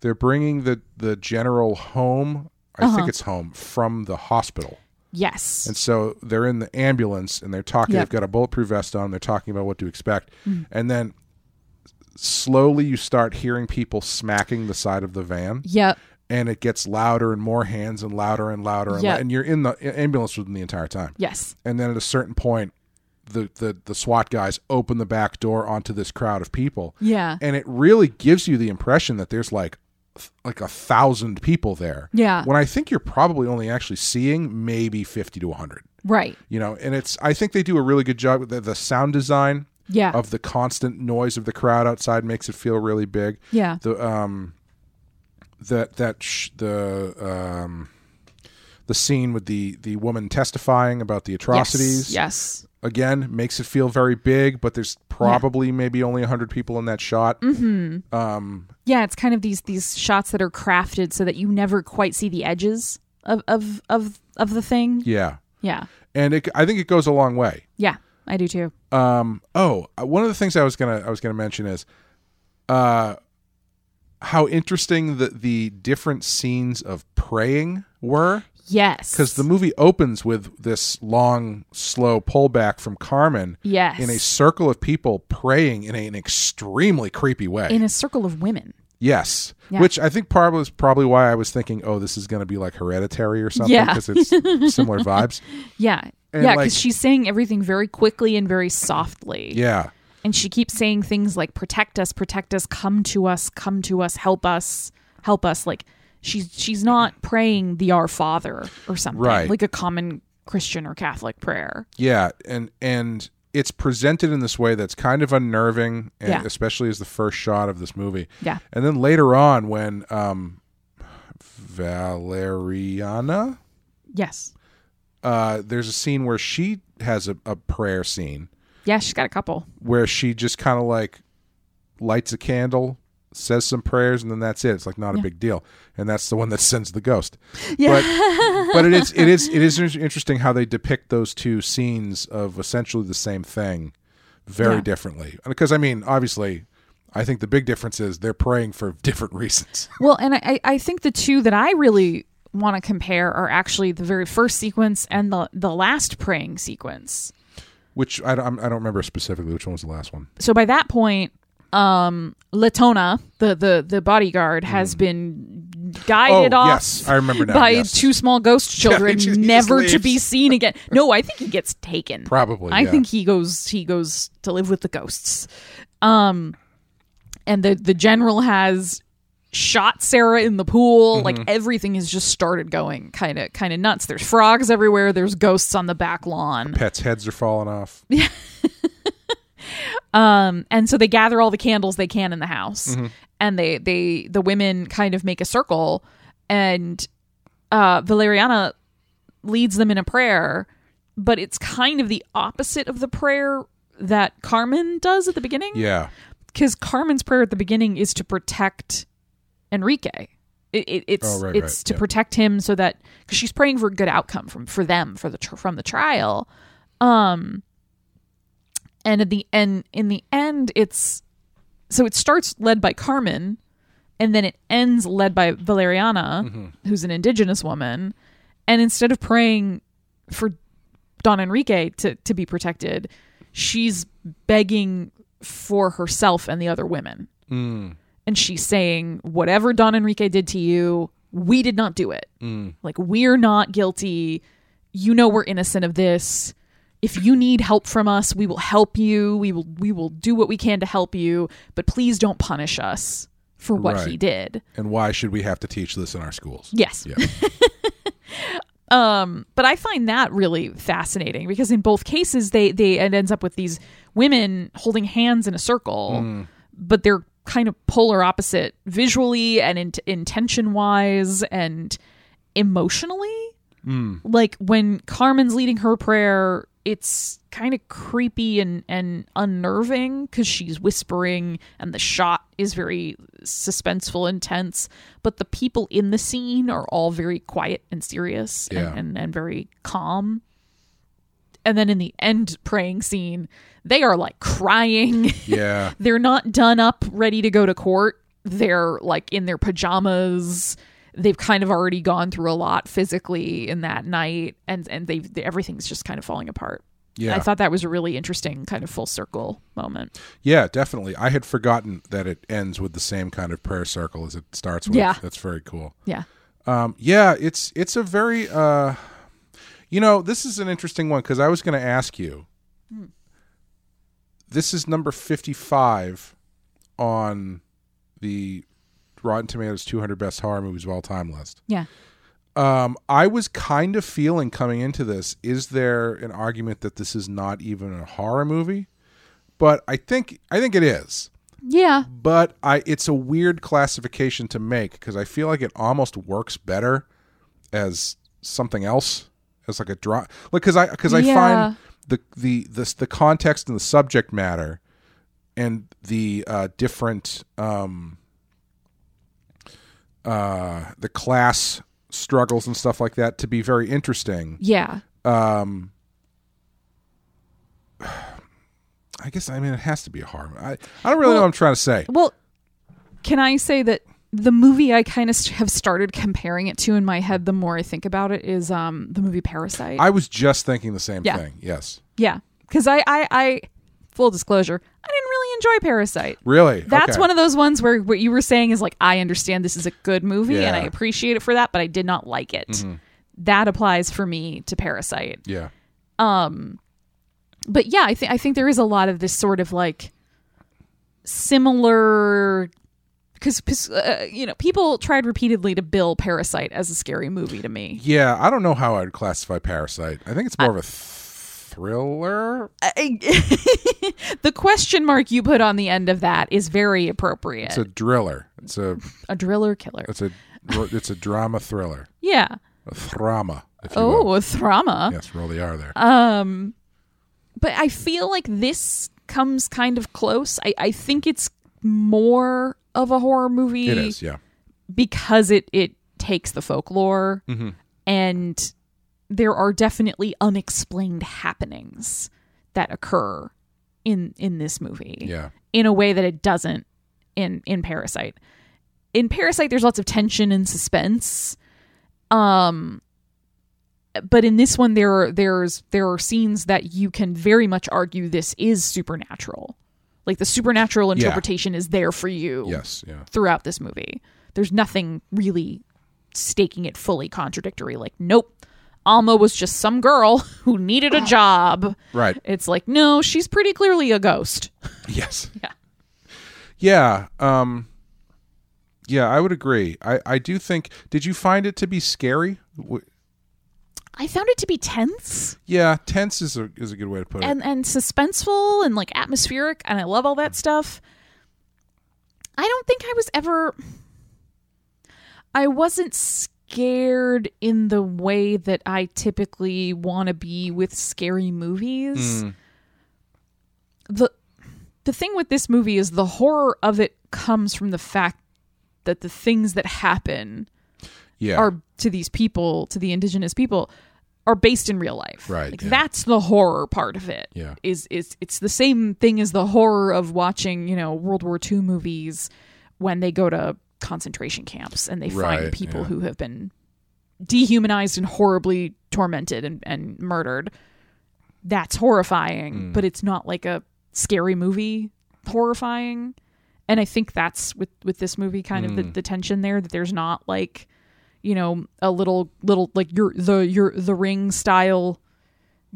Speaker 1: they're bringing the the general home i think it's home from the hospital
Speaker 2: yes.
Speaker 1: and so they're in the ambulance and they're talking
Speaker 2: Yep. Mm-hmm.
Speaker 1: they've got a bulletproof vest on they're talking about what to expect and then slowly you start hearing people smacking the side of the van
Speaker 2: yep.
Speaker 1: and it gets louder and more hands and louder and louder and,
Speaker 2: Yeah.
Speaker 1: lou- and you're in the ambulance with them the entire time
Speaker 2: Yes.
Speaker 1: and then at a certain point the, the the SWAT guys open the back door onto this crowd of people.
Speaker 2: Yeah.
Speaker 1: And it really gives you the impression that there's like th- like a thousand people there.
Speaker 2: Yeah.
Speaker 1: When I think you're probably only actually seeing maybe 50 to 100.
Speaker 2: Right.
Speaker 1: You know, and it's I think they do a really good job with the, the sound design
Speaker 2: Yeah.
Speaker 1: of the constant noise of the crowd outside makes it feel really big.
Speaker 2: yeah.
Speaker 1: The um that that sh- the um the scene with the the woman testifying about the atrocities
Speaker 2: Yes. yes.
Speaker 1: again makes it feel very big but there's probably maybe only 100 people in that shot
Speaker 2: Mm-hmm. Yeah, it's kind of these these shots that are crafted so that you never quite see the edges of of of of the thing.
Speaker 1: yeah
Speaker 2: Yeah.
Speaker 1: and it, i think it goes a long way
Speaker 2: Yeah, I do too.
Speaker 1: um oh one of the things i was gonna i was gonna mention is uh how interesting the the different scenes of praying were
Speaker 2: Yes.
Speaker 1: because the movie opens with this long slow pullback from carmen
Speaker 2: yes.
Speaker 1: in a circle of people praying in an extremely creepy way
Speaker 2: in a circle of women.
Speaker 1: Yes,
Speaker 2: Yeah.
Speaker 1: which I think probably was probably why I was thinking, oh, this is going to be like hereditary or something
Speaker 2: Yeah.
Speaker 1: because it's similar vibes.
Speaker 2: Yeah.
Speaker 1: And,
Speaker 2: yeah,
Speaker 1: like-
Speaker 2: because she's saying everything very quickly and very softly.
Speaker 1: Yeah,
Speaker 2: And she keeps saying things like, protect us, protect us, come to us, come to us, help us, help us. Like she's she's not praying the Our Father or something.
Speaker 1: Right.
Speaker 2: Like a common Christian or Catholic prayer.
Speaker 1: yeah, and and it's presented in this way that's kind of unnerving, and
Speaker 2: Yeah.
Speaker 1: especially as the first shot of this movie.
Speaker 2: Yeah.
Speaker 1: and then later on when um, Valeriana,
Speaker 2: Yes.
Speaker 1: uh, there's a scene where she has a, a prayer scene
Speaker 2: Yeah, she's got a couple.
Speaker 1: where she just kind of like lights a candle says some prayers, and then that's it. It's like not a big deal, and that's the one that sends the ghost.
Speaker 2: Yeah.
Speaker 1: But, but it is it is it is inter- interesting how they depict those two scenes of essentially the same thing, very
Speaker 2: Yeah.
Speaker 1: differently. Because I mean, obviously, I think the big difference is they're praying for different reasons.
Speaker 2: Well, and I, I think the two that I really want to compare are actually the very first sequence and the, the last praying sequence.
Speaker 1: Which I don't, I'm- I don't remember specifically which one was the last one.
Speaker 2: So by that point, um, Latona, the, the, the bodyguard, has been guided
Speaker 1: Hmm. Oh,
Speaker 2: off
Speaker 1: yes, I remember now,
Speaker 2: by
Speaker 1: yes.
Speaker 2: two small ghost children,
Speaker 1: he just
Speaker 2: never to
Speaker 1: leaves.
Speaker 2: be seen again. No, I think he gets taken.
Speaker 1: Probably,
Speaker 2: I
Speaker 1: yeah.
Speaker 2: think he goes he goes to live with the ghosts. Um, and the the general has shot Sarah in the pool.
Speaker 1: Mm-hmm.
Speaker 2: Like everything has just started going kind of kind of nuts. There's frogs everywhere. There's ghosts on the back lawn.
Speaker 1: Pets' heads are falling off.
Speaker 2: and so they gather all the candles they can in the house and they they the women kind of make a circle and uh valeriana leads them in a prayer but it's kind of the opposite of the prayer that carmen does at the beginning
Speaker 1: Yeah,
Speaker 2: because carmen's prayer at the beginning is to protect enrique it, it, it's
Speaker 1: Oh, right,
Speaker 2: it's
Speaker 1: right,
Speaker 2: to
Speaker 1: yeah.
Speaker 2: protect him so that because she's praying for a good outcome from for them for the tr- from the trial um and at the end in the end it's so it starts led by carmen and then it ends led by valeriana
Speaker 1: Mm-hmm.
Speaker 2: who's an indigenous woman and instead of praying for don enrique to, to be protected she's begging for herself and the other women and she's saying whatever don enrique did to you we did not do it like we're not guilty you know we're innocent of this if you need help from us we will help you we will we will do what we can to help you but please don't punish us for what he
Speaker 1: Right.
Speaker 2: did
Speaker 1: and why should we have to teach this in our schools?
Speaker 2: yes
Speaker 1: Yeah.
Speaker 2: um but i find that really fascinating because in both cases they they it ends up with these women holding hands in a circle but they're kind of polar opposite visually and in- intention wise and emotionally like when carmen's leading her prayer it's kind of creepy and and unnerving because she's whispering and the shot is very suspenseful and tense but the people in the scene are all very quiet and serious
Speaker 1: Yeah.
Speaker 2: and, and and very calm and then in the end praying scene they are like crying
Speaker 1: yeah.
Speaker 2: they're not done up ready to go to court they're like in their pajamas they've kind of already gone through a lot physically in that night and and they've they, everything's just kind of falling apart
Speaker 1: Yeah.
Speaker 2: i thought that was a really interesting kind of full circle moment
Speaker 1: Yeah, definitely. I had forgotten that it ends with the same kind of prayer circle as it starts with.
Speaker 2: Yeah.
Speaker 1: That's very cool.
Speaker 2: yeah
Speaker 1: Um, yeah, it's it's a very uh, you know, this is an interesting one because I was going to ask you.
Speaker 2: Hmm.
Speaker 1: This is number 55 on the Rotten Tomatoes 200 best horror movies of all time list.
Speaker 2: yeah
Speaker 1: Um, I was kind of feeling coming into this, is there an argument that this is not even a horror movie? But I think I think it is
Speaker 2: yeah
Speaker 1: but I it's a weird classification to make because I feel like it almost works better as something else as like a drama. Like because I because I
Speaker 2: Yeah.
Speaker 1: find the the the the context and the subject matter and the uh, different um, uh, the class struggles and stuff like that to be very interesting.
Speaker 2: yeah
Speaker 1: I guess I mean it has to be a horror. I I don't really know what I'm trying to say.
Speaker 2: well can i say that the movie i kind of st- have started comparing it to in my head the more i think about it is um the movie parasite
Speaker 1: I was just thinking the same
Speaker 2: Yeah.
Speaker 1: thing. Yes.
Speaker 2: yeah because I, I i full disclosure i didn't really enjoy parasite
Speaker 1: Really?
Speaker 2: That's
Speaker 1: Okay.
Speaker 2: one of those ones where what you were saying is like, I understand this is a good movie and I
Speaker 1: Yeah. Mm-hmm.
Speaker 2: appreciate it for that, but I did not like it. That applies for me to Parasite.
Speaker 1: Yeah.
Speaker 2: But yeah, I think I think there is a lot of this sort of like similar because uh, you know people tried repeatedly to bill Parasite as a scary movie to me.
Speaker 1: Yeah, I don't know how I'd classify Parasite. I think it's more of a th- thriller.
Speaker 2: I- the question mark you put on the end of that is very appropriate.
Speaker 1: It's a driller. It's a
Speaker 2: a driller killer.
Speaker 1: it's a it's a drama thriller.
Speaker 2: Yeah.
Speaker 1: A thrama. If you will.
Speaker 2: Oh, a thrama.
Speaker 1: yes, roll the R there.
Speaker 2: Um, but I feel like this comes kind of close. I, I think it's more of a horror movie
Speaker 1: It is, yeah.
Speaker 2: because it it takes the folklore
Speaker 1: Mm-hmm.
Speaker 2: and there are definitely unexplained happenings that occur in in this movie
Speaker 1: Yeah.
Speaker 2: in a way that it doesn't in in Parasite. In Parasite there's lots of tension and suspense. Um but in this one there are there's there are scenes that you can very much argue this is supernatural. Like the supernatural interpretation is there for you
Speaker 1: Yes, yeah.
Speaker 2: throughout this movie. There's nothing really staking it fully contradictory like nope. Alma was just some girl who needed a job.
Speaker 1: Right.
Speaker 2: It's like no, she's pretty clearly a ghost.
Speaker 1: Yes.
Speaker 2: Yeah.
Speaker 1: Yeah. Um, yeah, I would agree. I, I do think. Did you find it to be scary? W-
Speaker 2: I found it to be tense
Speaker 1: Yeah, tense is a is a good way to put it.
Speaker 2: and and suspenseful and like atmospheric and I love all that stuff. I don't think I was ever I wasn't scared in the way that I typically want to be with scary movies. The the thing with this movie is the horror of it comes from the fact that the things that happen
Speaker 1: yeah.
Speaker 2: are to these people, to the indigenous people, are based in real life.
Speaker 1: Right,
Speaker 2: Like,
Speaker 1: yeah.
Speaker 2: That's the horror part of it.
Speaker 1: Yeah.
Speaker 2: Is is it's the same thing as the horror of watching, you know, World War II movies when they go to concentration camps and they
Speaker 1: Right,
Speaker 2: find people
Speaker 1: yeah.
Speaker 2: who have been dehumanized and horribly tormented and, and murdered. That's horrifying,
Speaker 1: Mm.
Speaker 2: but it's not like a scary movie horrifying. And I think that's with with this movie kind of the,
Speaker 1: Mm.
Speaker 2: the tension there that there's not like you know a little little like your the your the ring style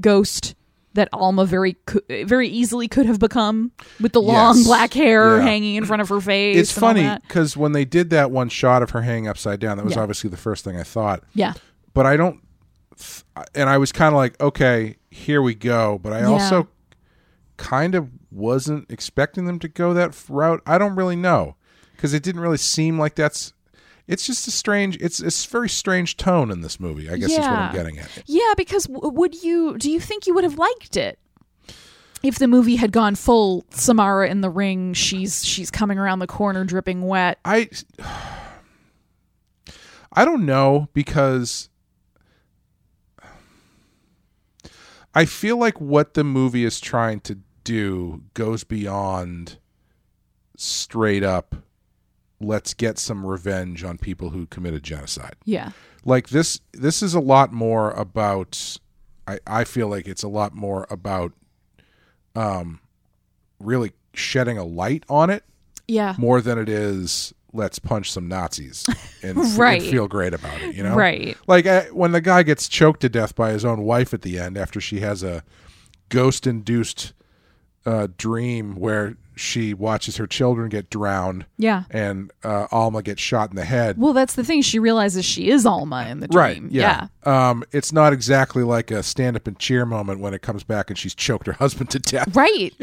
Speaker 2: ghost that Alma very cou- very easily could have become with the long
Speaker 1: Yes.
Speaker 2: black hair
Speaker 1: Yeah.
Speaker 2: hanging in front of her face.
Speaker 1: it's
Speaker 2: and all
Speaker 1: funny
Speaker 2: that.
Speaker 1: because when they did that one shot of her hanging upside down, that was
Speaker 2: Yeah.
Speaker 1: obviously the first thing I thought.
Speaker 2: Yeah,
Speaker 1: But I don't. Th- and I was kind of like, okay, here we go. But I also kind of wasn't expecting them to go that f- route. I don't really know because it didn't really seem like that's. It's just a strange. It's it's very strange tone in this movie. I guess is what
Speaker 2: Yeah.
Speaker 1: I'm getting at.
Speaker 2: yeah. Because w- would you do you think you would have liked it if the movie had gone full Samara in the ring? She's she's coming around the corner dripping wet.
Speaker 1: I I don't know because I feel like what the movie is trying to do goes beyond straight up let's get some revenge on people who committed genocide.
Speaker 2: Yeah,
Speaker 1: Like this this is a lot more about I I feel like it's a lot more about um really shedding a light on it
Speaker 2: yeah.
Speaker 1: more than it is let's punch some Nazis and, f- and
Speaker 2: Right.
Speaker 1: feel great about it, you know?
Speaker 2: Right.
Speaker 1: Like I, when the guy gets choked to death by his own wife at the end after she has a ghost induced uh, dream where she watches her children get drowned
Speaker 2: Yeah.
Speaker 1: and uh, Alma gets shot in the head.
Speaker 2: Well, that's the thing. She realizes she is Alma in the dream.
Speaker 1: Right. Yeah. Um, it's not exactly like a stand up and cheer moment when it comes back and she's choked her husband to death.
Speaker 2: Right.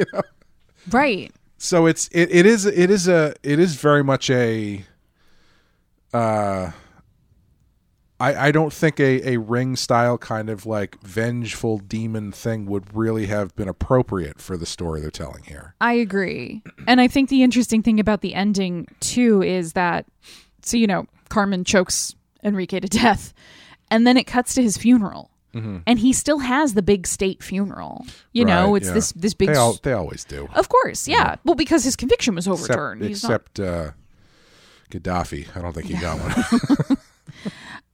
Speaker 2: Right.
Speaker 1: so it's it, it is it is a it is very much a uh I, I don't think a, a ring style kind of like vengeful demon thing would really have been appropriate for the story they're telling here.
Speaker 2: I agree. And I think the interesting thing about the ending, too, is that, so, you know, Carmen chokes Enrique to death, and then it cuts to his funeral.
Speaker 1: Mm-hmm.
Speaker 2: And he still has the big state funeral. You know,
Speaker 1: Right,
Speaker 2: it's
Speaker 1: yeah.
Speaker 2: this this big.
Speaker 1: They, al-
Speaker 2: s-
Speaker 1: they always do.
Speaker 2: of course, yeah. Well, because his conviction was
Speaker 1: Except,
Speaker 2: overturned. He's not-
Speaker 1: except uh, Gaddafi. I don't think he got one.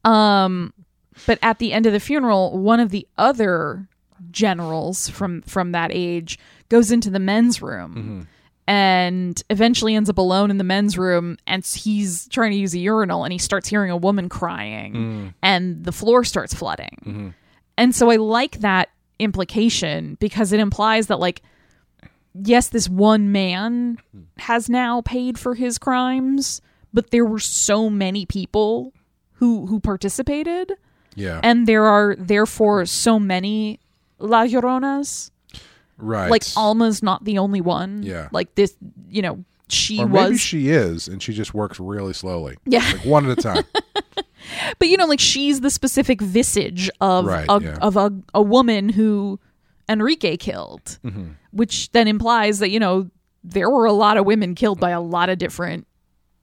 Speaker 2: but at the end of the funeral one of the other generals from from that age goes into the men's room and eventually ends up alone in the men's room and s- he's trying to use a urinal and he starts hearing a woman crying and the floor starts flooding and so i like that implication because it implies that like yes this one man has now paid for his crimes but there were so many people who who participated
Speaker 1: yeah.
Speaker 2: and there are therefore so many La Lloronas.
Speaker 1: right.
Speaker 2: Like Alma's not the only one.
Speaker 1: Yeah.
Speaker 2: Like this, you know, she
Speaker 1: or maybe
Speaker 2: was.
Speaker 1: she is, and she just works really slowly.
Speaker 2: Yeah.
Speaker 1: Like one at a time.
Speaker 2: but you know, like she's the specific visage of
Speaker 1: Right,
Speaker 2: a,
Speaker 1: yeah.
Speaker 2: of a a woman who Enrique killed,
Speaker 1: Mm-hmm.
Speaker 2: which then implies that you know there were a lot of women killed by a lot of different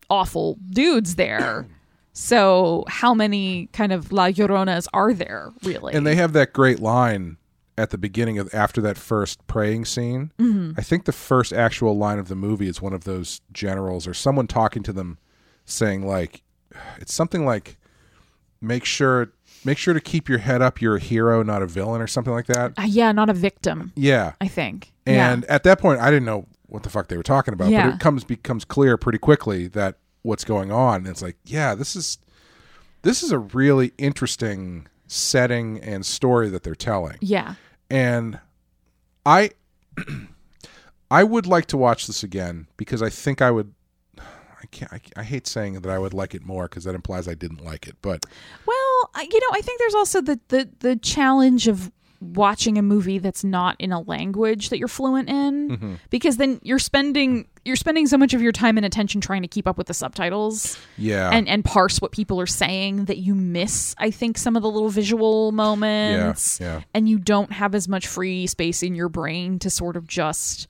Speaker 2: awful dudes there. So, how many kind of La Lloronas are there, really?
Speaker 1: And they have that great line at the beginning of after that first praying scene.
Speaker 2: Mm-hmm.
Speaker 1: I think the first actual line of the movie is one of those generals or someone talking to them saying like it's something like make sure make sure to keep your head up, you're a hero, not a villain or something like that.
Speaker 2: Uh, yeah, not a victim,
Speaker 1: Yeah.
Speaker 2: I think.
Speaker 1: And
Speaker 2: yeah.
Speaker 1: at that point I didn't know what the fuck they were talking about,
Speaker 2: Yeah.
Speaker 1: but it comes becomes clear pretty quickly that what's going on. And it's like, yeah, this is this is a really interesting setting and story that they're telling
Speaker 2: yeah.
Speaker 1: and i i would like to watch this again because i think i would i can't i, I hate saying that i would like it more because that implies i didn't like it but
Speaker 2: Well, I- you know, I think there's also the, the the challenge of watching a movie that's not in a language that you're fluent in, because then you're spending you're spending so much of your time and attention trying to keep up with the subtitles
Speaker 1: yeah
Speaker 2: and and parse what people are saying that you miss. I think some of the little visual moments,
Speaker 1: yeah.
Speaker 2: and you don't have as much free space in your brain to sort of just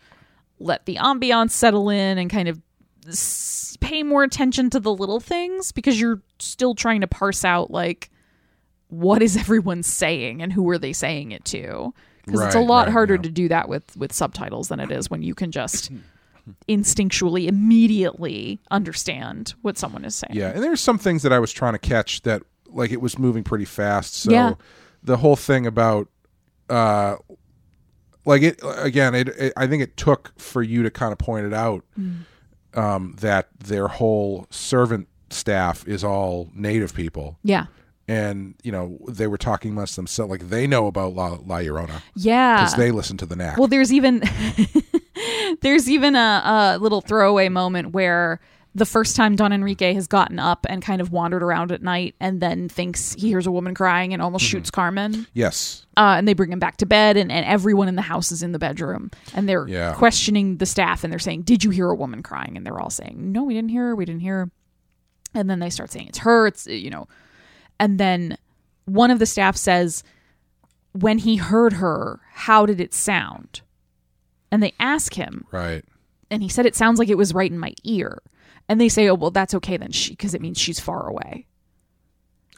Speaker 2: let the ambiance settle in and kind of s- pay more attention to the little things because you're still trying to parse out like what is everyone saying and who are they saying it to because it's a
Speaker 1: Right,
Speaker 2: lot
Speaker 1: right,
Speaker 2: harder
Speaker 1: yeah.
Speaker 2: to do that with with subtitles than it is when you can just instinctually immediately understand what someone is saying
Speaker 1: yeah and there's some things that i was trying to catch that like it was moving pretty fast so
Speaker 2: Yeah.
Speaker 1: the whole thing about uh like it again it, it i think it took for you to kind of point it out
Speaker 2: Mm.
Speaker 1: um that their whole servant staff is all native people
Speaker 2: yeah
Speaker 1: and you know they were talking amongst themselves like they know about La, La Llorona
Speaker 2: yeah
Speaker 1: because they listen to the knack.
Speaker 2: Uh, Well, there's even there's even a, a little throwaway moment where the first time Don Enrique has gotten up and kind of wandered around at night, and then thinks he hears a woman crying and almost
Speaker 1: Mm-hmm.
Speaker 2: shoots Carmen,
Speaker 1: yes,
Speaker 2: uh, and they bring him back to bed, and, and everyone in the house is in the bedroom, and they're
Speaker 1: Yeah.
Speaker 2: questioning the staff, and they're saying, "Did you hear a woman crying?" And they're all saying, "No, we didn't hear her. We didn't hear." her." And then they start saying, "It's her. It's uh, you know," and then one of the staff says, when he heard her, how did it sound? And they ask him,
Speaker 1: right.
Speaker 2: and he said it sounds like it was right in my ear. And they say, "Oh, well, that's okay then, because it means she's far away."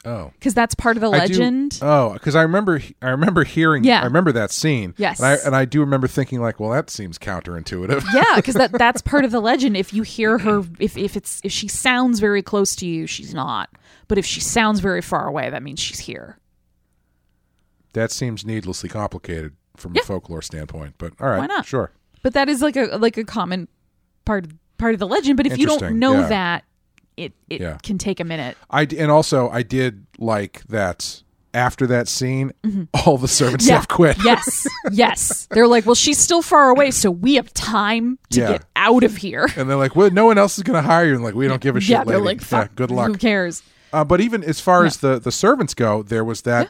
Speaker 1: Oh,
Speaker 2: Because that's part of the
Speaker 1: I do-
Speaker 2: legend.
Speaker 1: oh, because I remember I remember hearing.
Speaker 2: Yeah.
Speaker 1: I remember that scene.
Speaker 2: Yes.
Speaker 1: and I, and I do remember thinking like, well, that seems counterintuitive.
Speaker 2: yeah, because that that's part of the legend. If you hear her, if if it's if she sounds very close to you, she's not. But if she sounds very far away, that means she's here.
Speaker 1: that seems needlessly complicated from
Speaker 2: Yeah.
Speaker 1: a folklore standpoint. But all right,
Speaker 2: Why not?
Speaker 1: Sure.
Speaker 2: But that is like a like a common part of, part of the legend. But if you don't
Speaker 1: Interesting,
Speaker 2: know
Speaker 1: yeah.
Speaker 2: that, it it
Speaker 1: Yeah.
Speaker 2: can take a minute.
Speaker 1: I d- and also I did like that after that scene, all the servants
Speaker 2: Mm-hmm. Yeah.
Speaker 1: have quit.
Speaker 2: Yes, yes. They're like, well, she's still far away, so we have time to
Speaker 1: Yeah.
Speaker 2: get out of here.
Speaker 1: And they're like, well, no one else is going to hire you. And like, we don't give a shit.
Speaker 2: yeah, they're
Speaker 1: lady.
Speaker 2: like,
Speaker 1: Yeah,
Speaker 2: fuck.
Speaker 1: good luck.
Speaker 2: Who cares?
Speaker 1: Uh, but even as far as the the servants go, there was that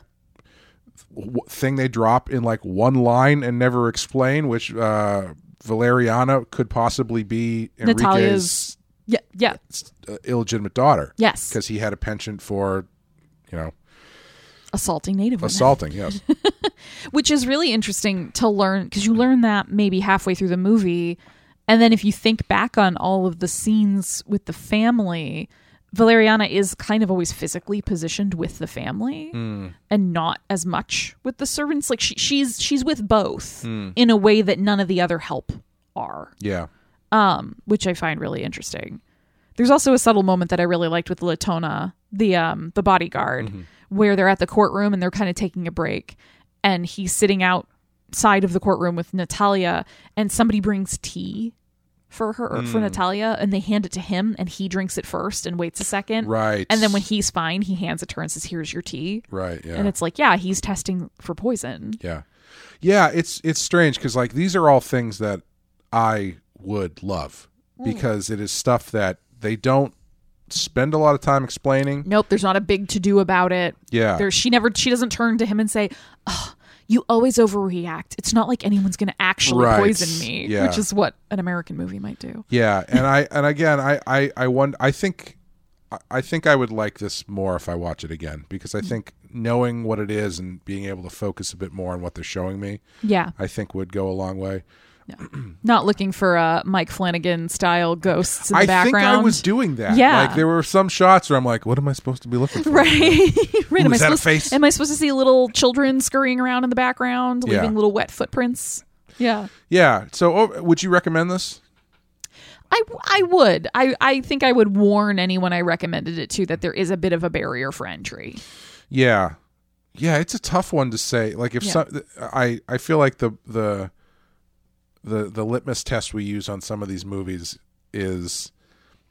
Speaker 1: w- thing they drop in like one line and never explain, which uh, Valeriana could possibly be Enrique's
Speaker 2: Natalia's- Yeah, yeah,
Speaker 1: uh, illegitimate daughter.
Speaker 2: Yes.
Speaker 1: because he had a penchant for, you know,
Speaker 2: assaulting native women,
Speaker 1: assaulting. yes,
Speaker 2: which is really interesting to learn because you learn that maybe halfway through the movie, and then if you think back on all of the scenes with the family. Valeriana is kind of always physically positioned with the family and not as much with the servants. Like she, she's she's with both in a way that none of the other help are.
Speaker 1: yeah,
Speaker 2: um, which I find really interesting. There's also a subtle moment that I really liked with Latona, the um, the bodyguard,
Speaker 1: Mm-hmm.
Speaker 2: where they're at the courtroom and they're kind of taking a break, and he's sitting outside of the courtroom with Natalia, and somebody brings tea for her or
Speaker 1: Mm.
Speaker 2: for Natalia, and they hand it to him, and he drinks it first and waits a second,
Speaker 1: Right.
Speaker 2: And then when he's fine, he hands it to her and says, "Here's your tea,"
Speaker 1: right, yeah,
Speaker 2: and it's like, yeah, he's testing for poison.
Speaker 1: yeah, yeah. It's it's strange because like these are all things that I would love
Speaker 2: Mm.
Speaker 1: because it is stuff that they don't spend a lot of time explaining.
Speaker 2: Nope, there's not a big to do about it.
Speaker 1: Yeah.
Speaker 2: There, she never, she doesn't turn to him and say, oh, "You always overreact." It's not like anyone's going to actually
Speaker 1: Right.
Speaker 2: poison me,
Speaker 1: Yeah.
Speaker 2: which is what an American movie might do.
Speaker 1: Yeah, and I and again, I I I wonder, I think I- I think I would like this more if I watch it again because
Speaker 2: Mm.
Speaker 1: I think knowing what it is and being able to focus a bit more on what they're showing me,
Speaker 2: Yeah,
Speaker 1: I think would go a long way.
Speaker 2: Not looking for uh, Mike Flanagan style ghosts in the
Speaker 1: I think I
Speaker 2: background.
Speaker 1: was doing that.
Speaker 2: Yeah.
Speaker 1: Like there were some shots where I'm like, what am I supposed to be looking for?
Speaker 2: Right, right. am,
Speaker 1: Ooh,
Speaker 2: I
Speaker 1: is that a
Speaker 2: supposed,
Speaker 1: face?
Speaker 2: am I supposed to see little children scurrying around in the background,
Speaker 1: Yeah.
Speaker 2: leaving little wet footprints? Yeah,
Speaker 1: Yeah. So oh, would you recommend this?
Speaker 2: I, I would. I, I think I would warn anyone I recommended it to that there is a bit of a barrier for entry.
Speaker 1: Yeah. Yeah, it's a tough one to say. Like if some I I feel like the the the the litmus test we use on some of these movies is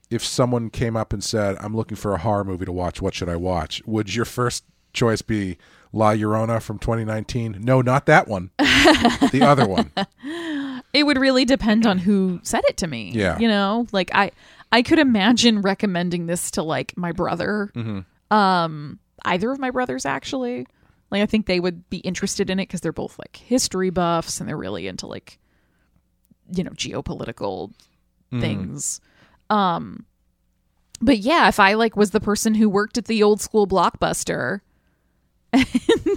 Speaker 1: if someone came up and said, "I'm looking for a horror movie to watch, what should I watch?" Would your first choice be La Llorona from 2019? No, not that one. the other one.
Speaker 2: It would really depend on who said it to me.
Speaker 1: Yeah.
Speaker 2: you know, like I I could imagine recommending this to like my brother, um, either of my brothers actually. Like I think they would be interested in it because they're both like history buffs and they're really into like you know geopolitical things. Um, but yeah, if I like was the person who worked at the old school blockbuster, and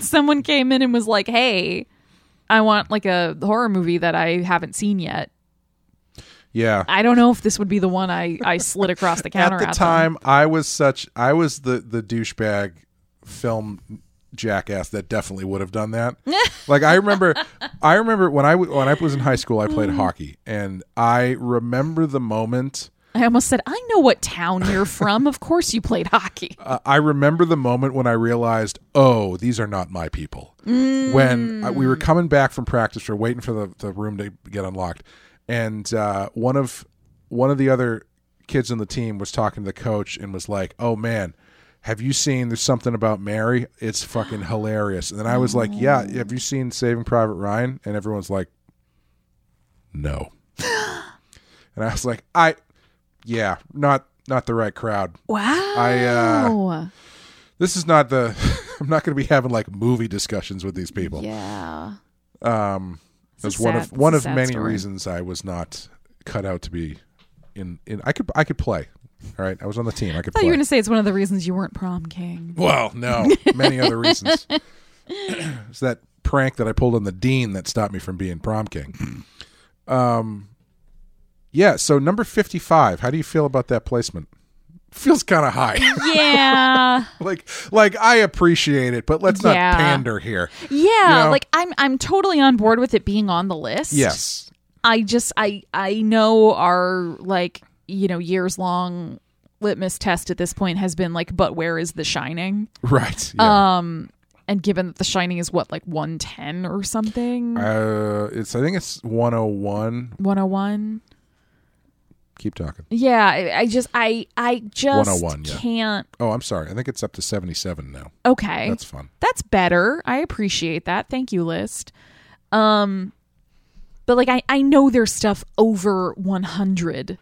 Speaker 2: someone came in and was like, "Hey." I want like a horror movie that I haven't seen yet.
Speaker 1: Yeah.
Speaker 2: I don't know if this would be the one I, I slid across the counter
Speaker 1: at
Speaker 2: at
Speaker 1: the
Speaker 2: them.
Speaker 1: time i was such i was the the douchebag film jackass that definitely would have done that like i remember i remember when i w- when i was in high school i
Speaker 2: Mm.
Speaker 1: played hockey and i remember the moment
Speaker 2: I almost said, I know what town you're from. of course you played hockey.
Speaker 1: uh, i remember the moment when i realized oh these are not my people when uh, we were coming back from practice we are waiting for the, the room to get unlocked and uh, one of one of the other kids on the team was talking to the coach and was like oh man have you seen there's something about mary it's fucking hilarious and then i was like yeah have you seen saving private ryan and everyone's like no and i was like i yeah not not the right crowd
Speaker 2: Wow.
Speaker 1: I, uh, this is not the i'm not going to be having like movie discussions with these people
Speaker 2: yeah.
Speaker 1: um,
Speaker 2: a
Speaker 1: that's one
Speaker 2: sad-
Speaker 1: of
Speaker 2: it's
Speaker 1: one
Speaker 2: a
Speaker 1: of
Speaker 2: sad
Speaker 1: many
Speaker 2: story.
Speaker 1: reasons I was not cut out to be in. In I could I could play. All right, I was on the team. I could
Speaker 2: I thought
Speaker 1: play.
Speaker 2: you were going to say it's one of the reasons you weren't prom king.
Speaker 1: well, no, many other reasons. it's that prank that I pulled on the dean that stopped me from being prom king. Um, yeah. So number fifty-five. How do you feel about that placement? Feels kind of high.
Speaker 2: Yeah.
Speaker 1: like like I appreciate it, but let's not
Speaker 2: Yeah.
Speaker 1: pander here.
Speaker 2: yeah.
Speaker 1: know?
Speaker 2: Like I'm I'm totally on board with it being on the list.
Speaker 1: Yes.
Speaker 2: I just I I know our like, you know, years long litmus test at this point has been like, but where is the shining?
Speaker 1: Right.
Speaker 2: Um,
Speaker 1: Yeah.
Speaker 2: and given that the shining is what like 110 or something
Speaker 1: Uh, it's I think it's 101.
Speaker 2: 101
Speaker 1: Keep talking.
Speaker 2: yeah I, I just i i just
Speaker 1: 101, yeah.
Speaker 2: can't
Speaker 1: Oh, I'm sorry. I think it's up to 77 now.
Speaker 2: okay
Speaker 1: That's fun.
Speaker 2: that's better i appreciate that thank you list um but like i i know there's stuff over 100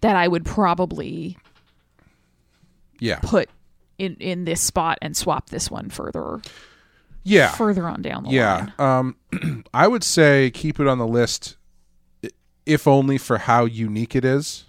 Speaker 2: that i would probably
Speaker 1: Yeah.
Speaker 2: put in in this spot and swap this one further
Speaker 1: Yeah.
Speaker 2: further on down the
Speaker 1: yeah.
Speaker 2: line
Speaker 1: Um I would say keep it on the list i- if only for how unique it is.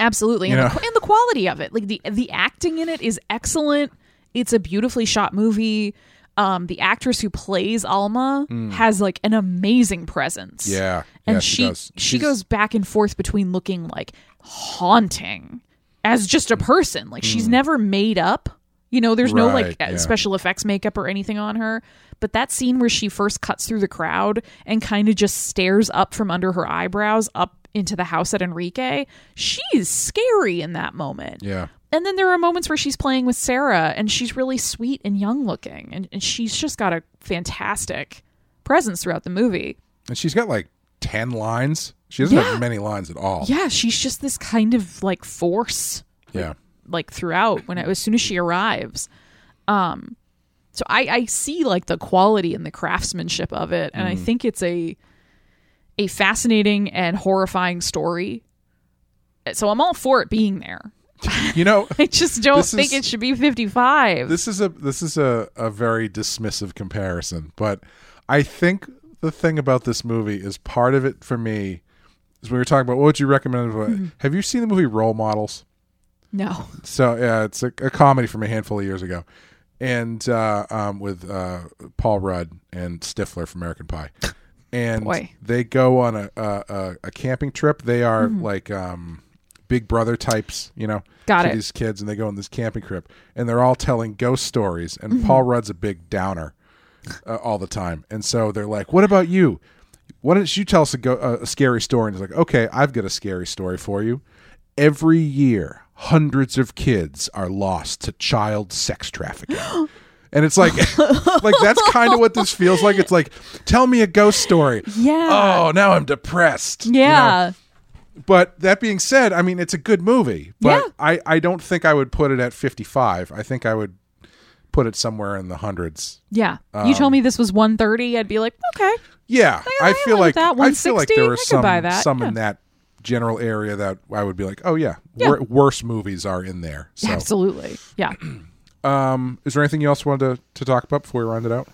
Speaker 2: Absolutely,
Speaker 1: You
Speaker 2: and,
Speaker 1: know?
Speaker 2: the, and the quality of it, like the the acting in it is excellent. It's a beautifully shot movie. Um, the actress who plays Alma has like an amazing presence.
Speaker 1: Mm. Yeah.
Speaker 2: and
Speaker 1: yeah,
Speaker 2: she
Speaker 1: does.
Speaker 2: she
Speaker 1: She's-
Speaker 2: goes back and forth between looking like haunting as just a person. Like she's never made up. You know, there's no like
Speaker 1: Hmm. Right, yeah.
Speaker 2: special effects makeup or anything on her. But that scene where she first cuts through the crowd and kind of just stares up from under her eyebrows up into the house at Enrique, she's scary in that moment.
Speaker 1: Yeah.
Speaker 2: And then there are moments where she's playing with Sarah and she's really sweet and young looking. And, and she's just got a fantastic presence throughout the movie.
Speaker 1: And she's got like 10 lines. She doesn't have many lines at all.
Speaker 2: Yeah, she's just this kind of like force
Speaker 1: Yeah.
Speaker 2: like throughout when as soon as she arrives um so i i see like the quality and the craftsmanship of it and i
Speaker 1: Mm-hmm.
Speaker 2: think it's a a fascinating and horrifying story so i'm all for it being there
Speaker 1: You know,
Speaker 2: i just don't
Speaker 1: This
Speaker 2: think
Speaker 1: is-
Speaker 2: it should be 55
Speaker 1: this is a this is a, a very dismissive comparison, but I think the thing about this movie is part of it for me is we were talking about what would you recommend. Have you seen the movie Role Models?
Speaker 2: no
Speaker 1: So yeah, it's a, a comedy from a handful of years ago, and uh, um, with uh, Paul Rudd and Stifler from American Pie. and
Speaker 2: Boy.
Speaker 1: they go on a a, a, a camping trip. They are like um, Big Brother types, you know.
Speaker 2: Mm-hmm. Got
Speaker 1: to
Speaker 2: it.
Speaker 1: These kids, and they go on this camping trip, and they're all telling ghost stories. And
Speaker 2: Mm-hmm.
Speaker 1: Paul Rudd's a big downer uh, all the time, and so they're like, "What about you? Why don't you tell us a, go- a, a scary story?" And he's like, "Okay, I've got a scary story for you. Every year, hundreds of kids are lost to child sex trafficking." And it's like, like that's kind of what this feels like. It's like, tell me a ghost story.
Speaker 2: Yeah.
Speaker 1: Oh, now I'm depressed. you know?
Speaker 2: yeah.
Speaker 1: But that being said, I mean, it's a good movie. But
Speaker 2: Yeah.
Speaker 1: I, I don't think I would put it at 55. I think I would put it somewhere in the hundreds.
Speaker 2: Yeah. you
Speaker 1: Um,
Speaker 2: told me this was 130, I'd be like, okay.
Speaker 1: Yeah,
Speaker 2: I
Speaker 1: I,
Speaker 2: like
Speaker 1: feel like
Speaker 2: that.
Speaker 1: I feel like
Speaker 2: 160?
Speaker 1: there
Speaker 2: I
Speaker 1: are
Speaker 2: could
Speaker 1: some
Speaker 2: buy that,
Speaker 1: some
Speaker 2: yeah.
Speaker 1: in that general area that I would be like, oh yeah, Wor- worse movies are in there. So,
Speaker 2: Absolutely. Yeah.
Speaker 1: um, is there anything you else wanted to, to talk about before we round it out?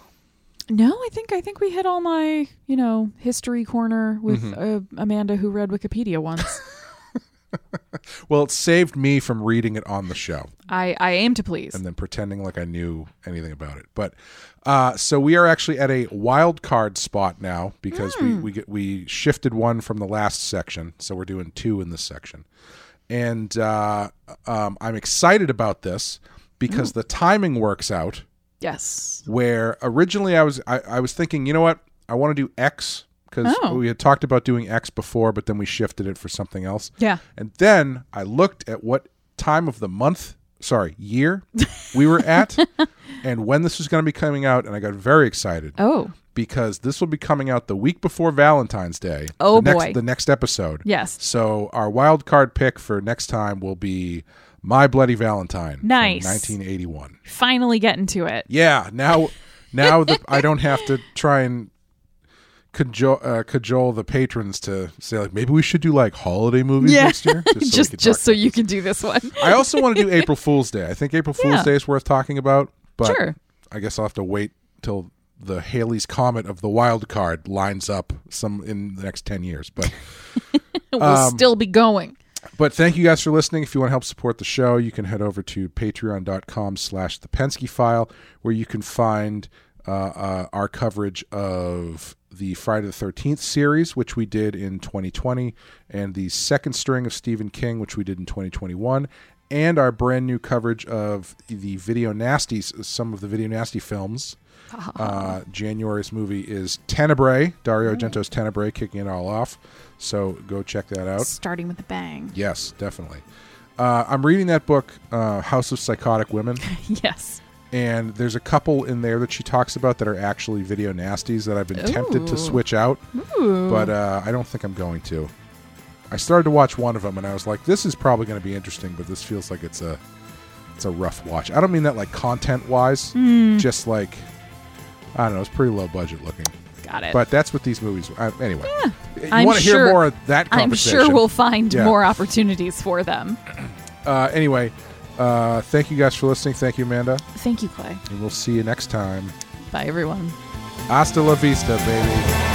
Speaker 2: No, I think I think we hit all my, you know, history corner with uh, Amanda who read Wikipedia once.
Speaker 1: Well, it saved me from reading it on the show.
Speaker 2: I I aim to please.
Speaker 1: and then pretending like I knew anything about it. But uh, so we are actually at a wild card spot now because
Speaker 2: Hmm.
Speaker 1: we we, get, we shifted one from the last section, so we're doing two in this section. And uh, um, I'm excited about this
Speaker 2: Mm.
Speaker 1: because the timing works out.
Speaker 2: Yes.
Speaker 1: Where originally I was I, I was thinking, you know what, I want to do X because
Speaker 2: Oh.
Speaker 1: we had talked about doing X before, but then we shifted it for something else.
Speaker 2: Yeah.
Speaker 1: And then I looked at what time of the month, sorry, year we were at and when this was going to be coming out. And I got very excited
Speaker 2: Oh.
Speaker 1: because this will be coming out the week before Valentine's Day.
Speaker 2: Oh,
Speaker 1: the next,
Speaker 2: boy.
Speaker 1: The next episode.
Speaker 2: Yes.
Speaker 1: So our wild card pick for next time will be My Bloody Valentine. from
Speaker 2: Nice.
Speaker 1: 1981.
Speaker 2: Finally getting to it.
Speaker 1: Yeah. Now, now the, I don't have to try and. Cajole, uh, cajole the patrons to say like maybe we should do like holiday movies
Speaker 2: Yeah.
Speaker 1: next year we
Speaker 2: just
Speaker 1: could
Speaker 2: just
Speaker 1: talk
Speaker 2: so you can do this one.
Speaker 1: I also want to do April Fool's Day. I think April Fool's
Speaker 2: Yeah.
Speaker 1: Day is worth talking about, but
Speaker 2: Sure.
Speaker 1: I guess I'll have to wait till the Haley's Comet of the wild card lines up some in the next 10 years. But
Speaker 2: we'll still be going.
Speaker 1: but thank you guys for listening. If you want to help support the show, you can head over to patreon.com slash the Penske file where you can find uh, uh, our coverage of the Friday the 13th series, which we did in 2020, and the second string of Stephen King, which we did in 2021, and our brand new coverage of the Video Nasties, some of the Video Nasty films. Uh, January's movie is Tenebrae, Dario Argento's Tenebrae, kicking it all off. So go check that out.
Speaker 2: Starting with a bang.
Speaker 1: Yes, definitely. Uh, I'm reading that book, uh, House of Psychotic Women,
Speaker 2: Yes.
Speaker 1: and there's a couple in there that she talks about that are actually video nasties that I've been tempted
Speaker 2: Ooh.
Speaker 1: to switch out,
Speaker 2: Ooh.
Speaker 1: but uh, I don't think I'm going to. I started to watch one of them, and I was like, "This is probably going to be interesting," but this feels like it's a it's a rough watch. I don't mean that like content wise,
Speaker 2: Hmm.
Speaker 1: just like I don't know, it's pretty low budget looking.
Speaker 2: Got it.
Speaker 1: But that's what these movies. Uh, anyway, you
Speaker 2: Uh, I'm
Speaker 1: want to
Speaker 2: sure-
Speaker 1: hear more of that
Speaker 2: I'm
Speaker 1: conversation?
Speaker 2: sure we'll find
Speaker 1: Yeah.
Speaker 2: more opportunities for them.
Speaker 1: uh, anyway, uh, thank you guys for listening. Thank you, Amanda.
Speaker 2: Thank you, Clay.
Speaker 1: And we'll see you next time.
Speaker 2: Bye everyone.
Speaker 1: Hasta la vista, baby.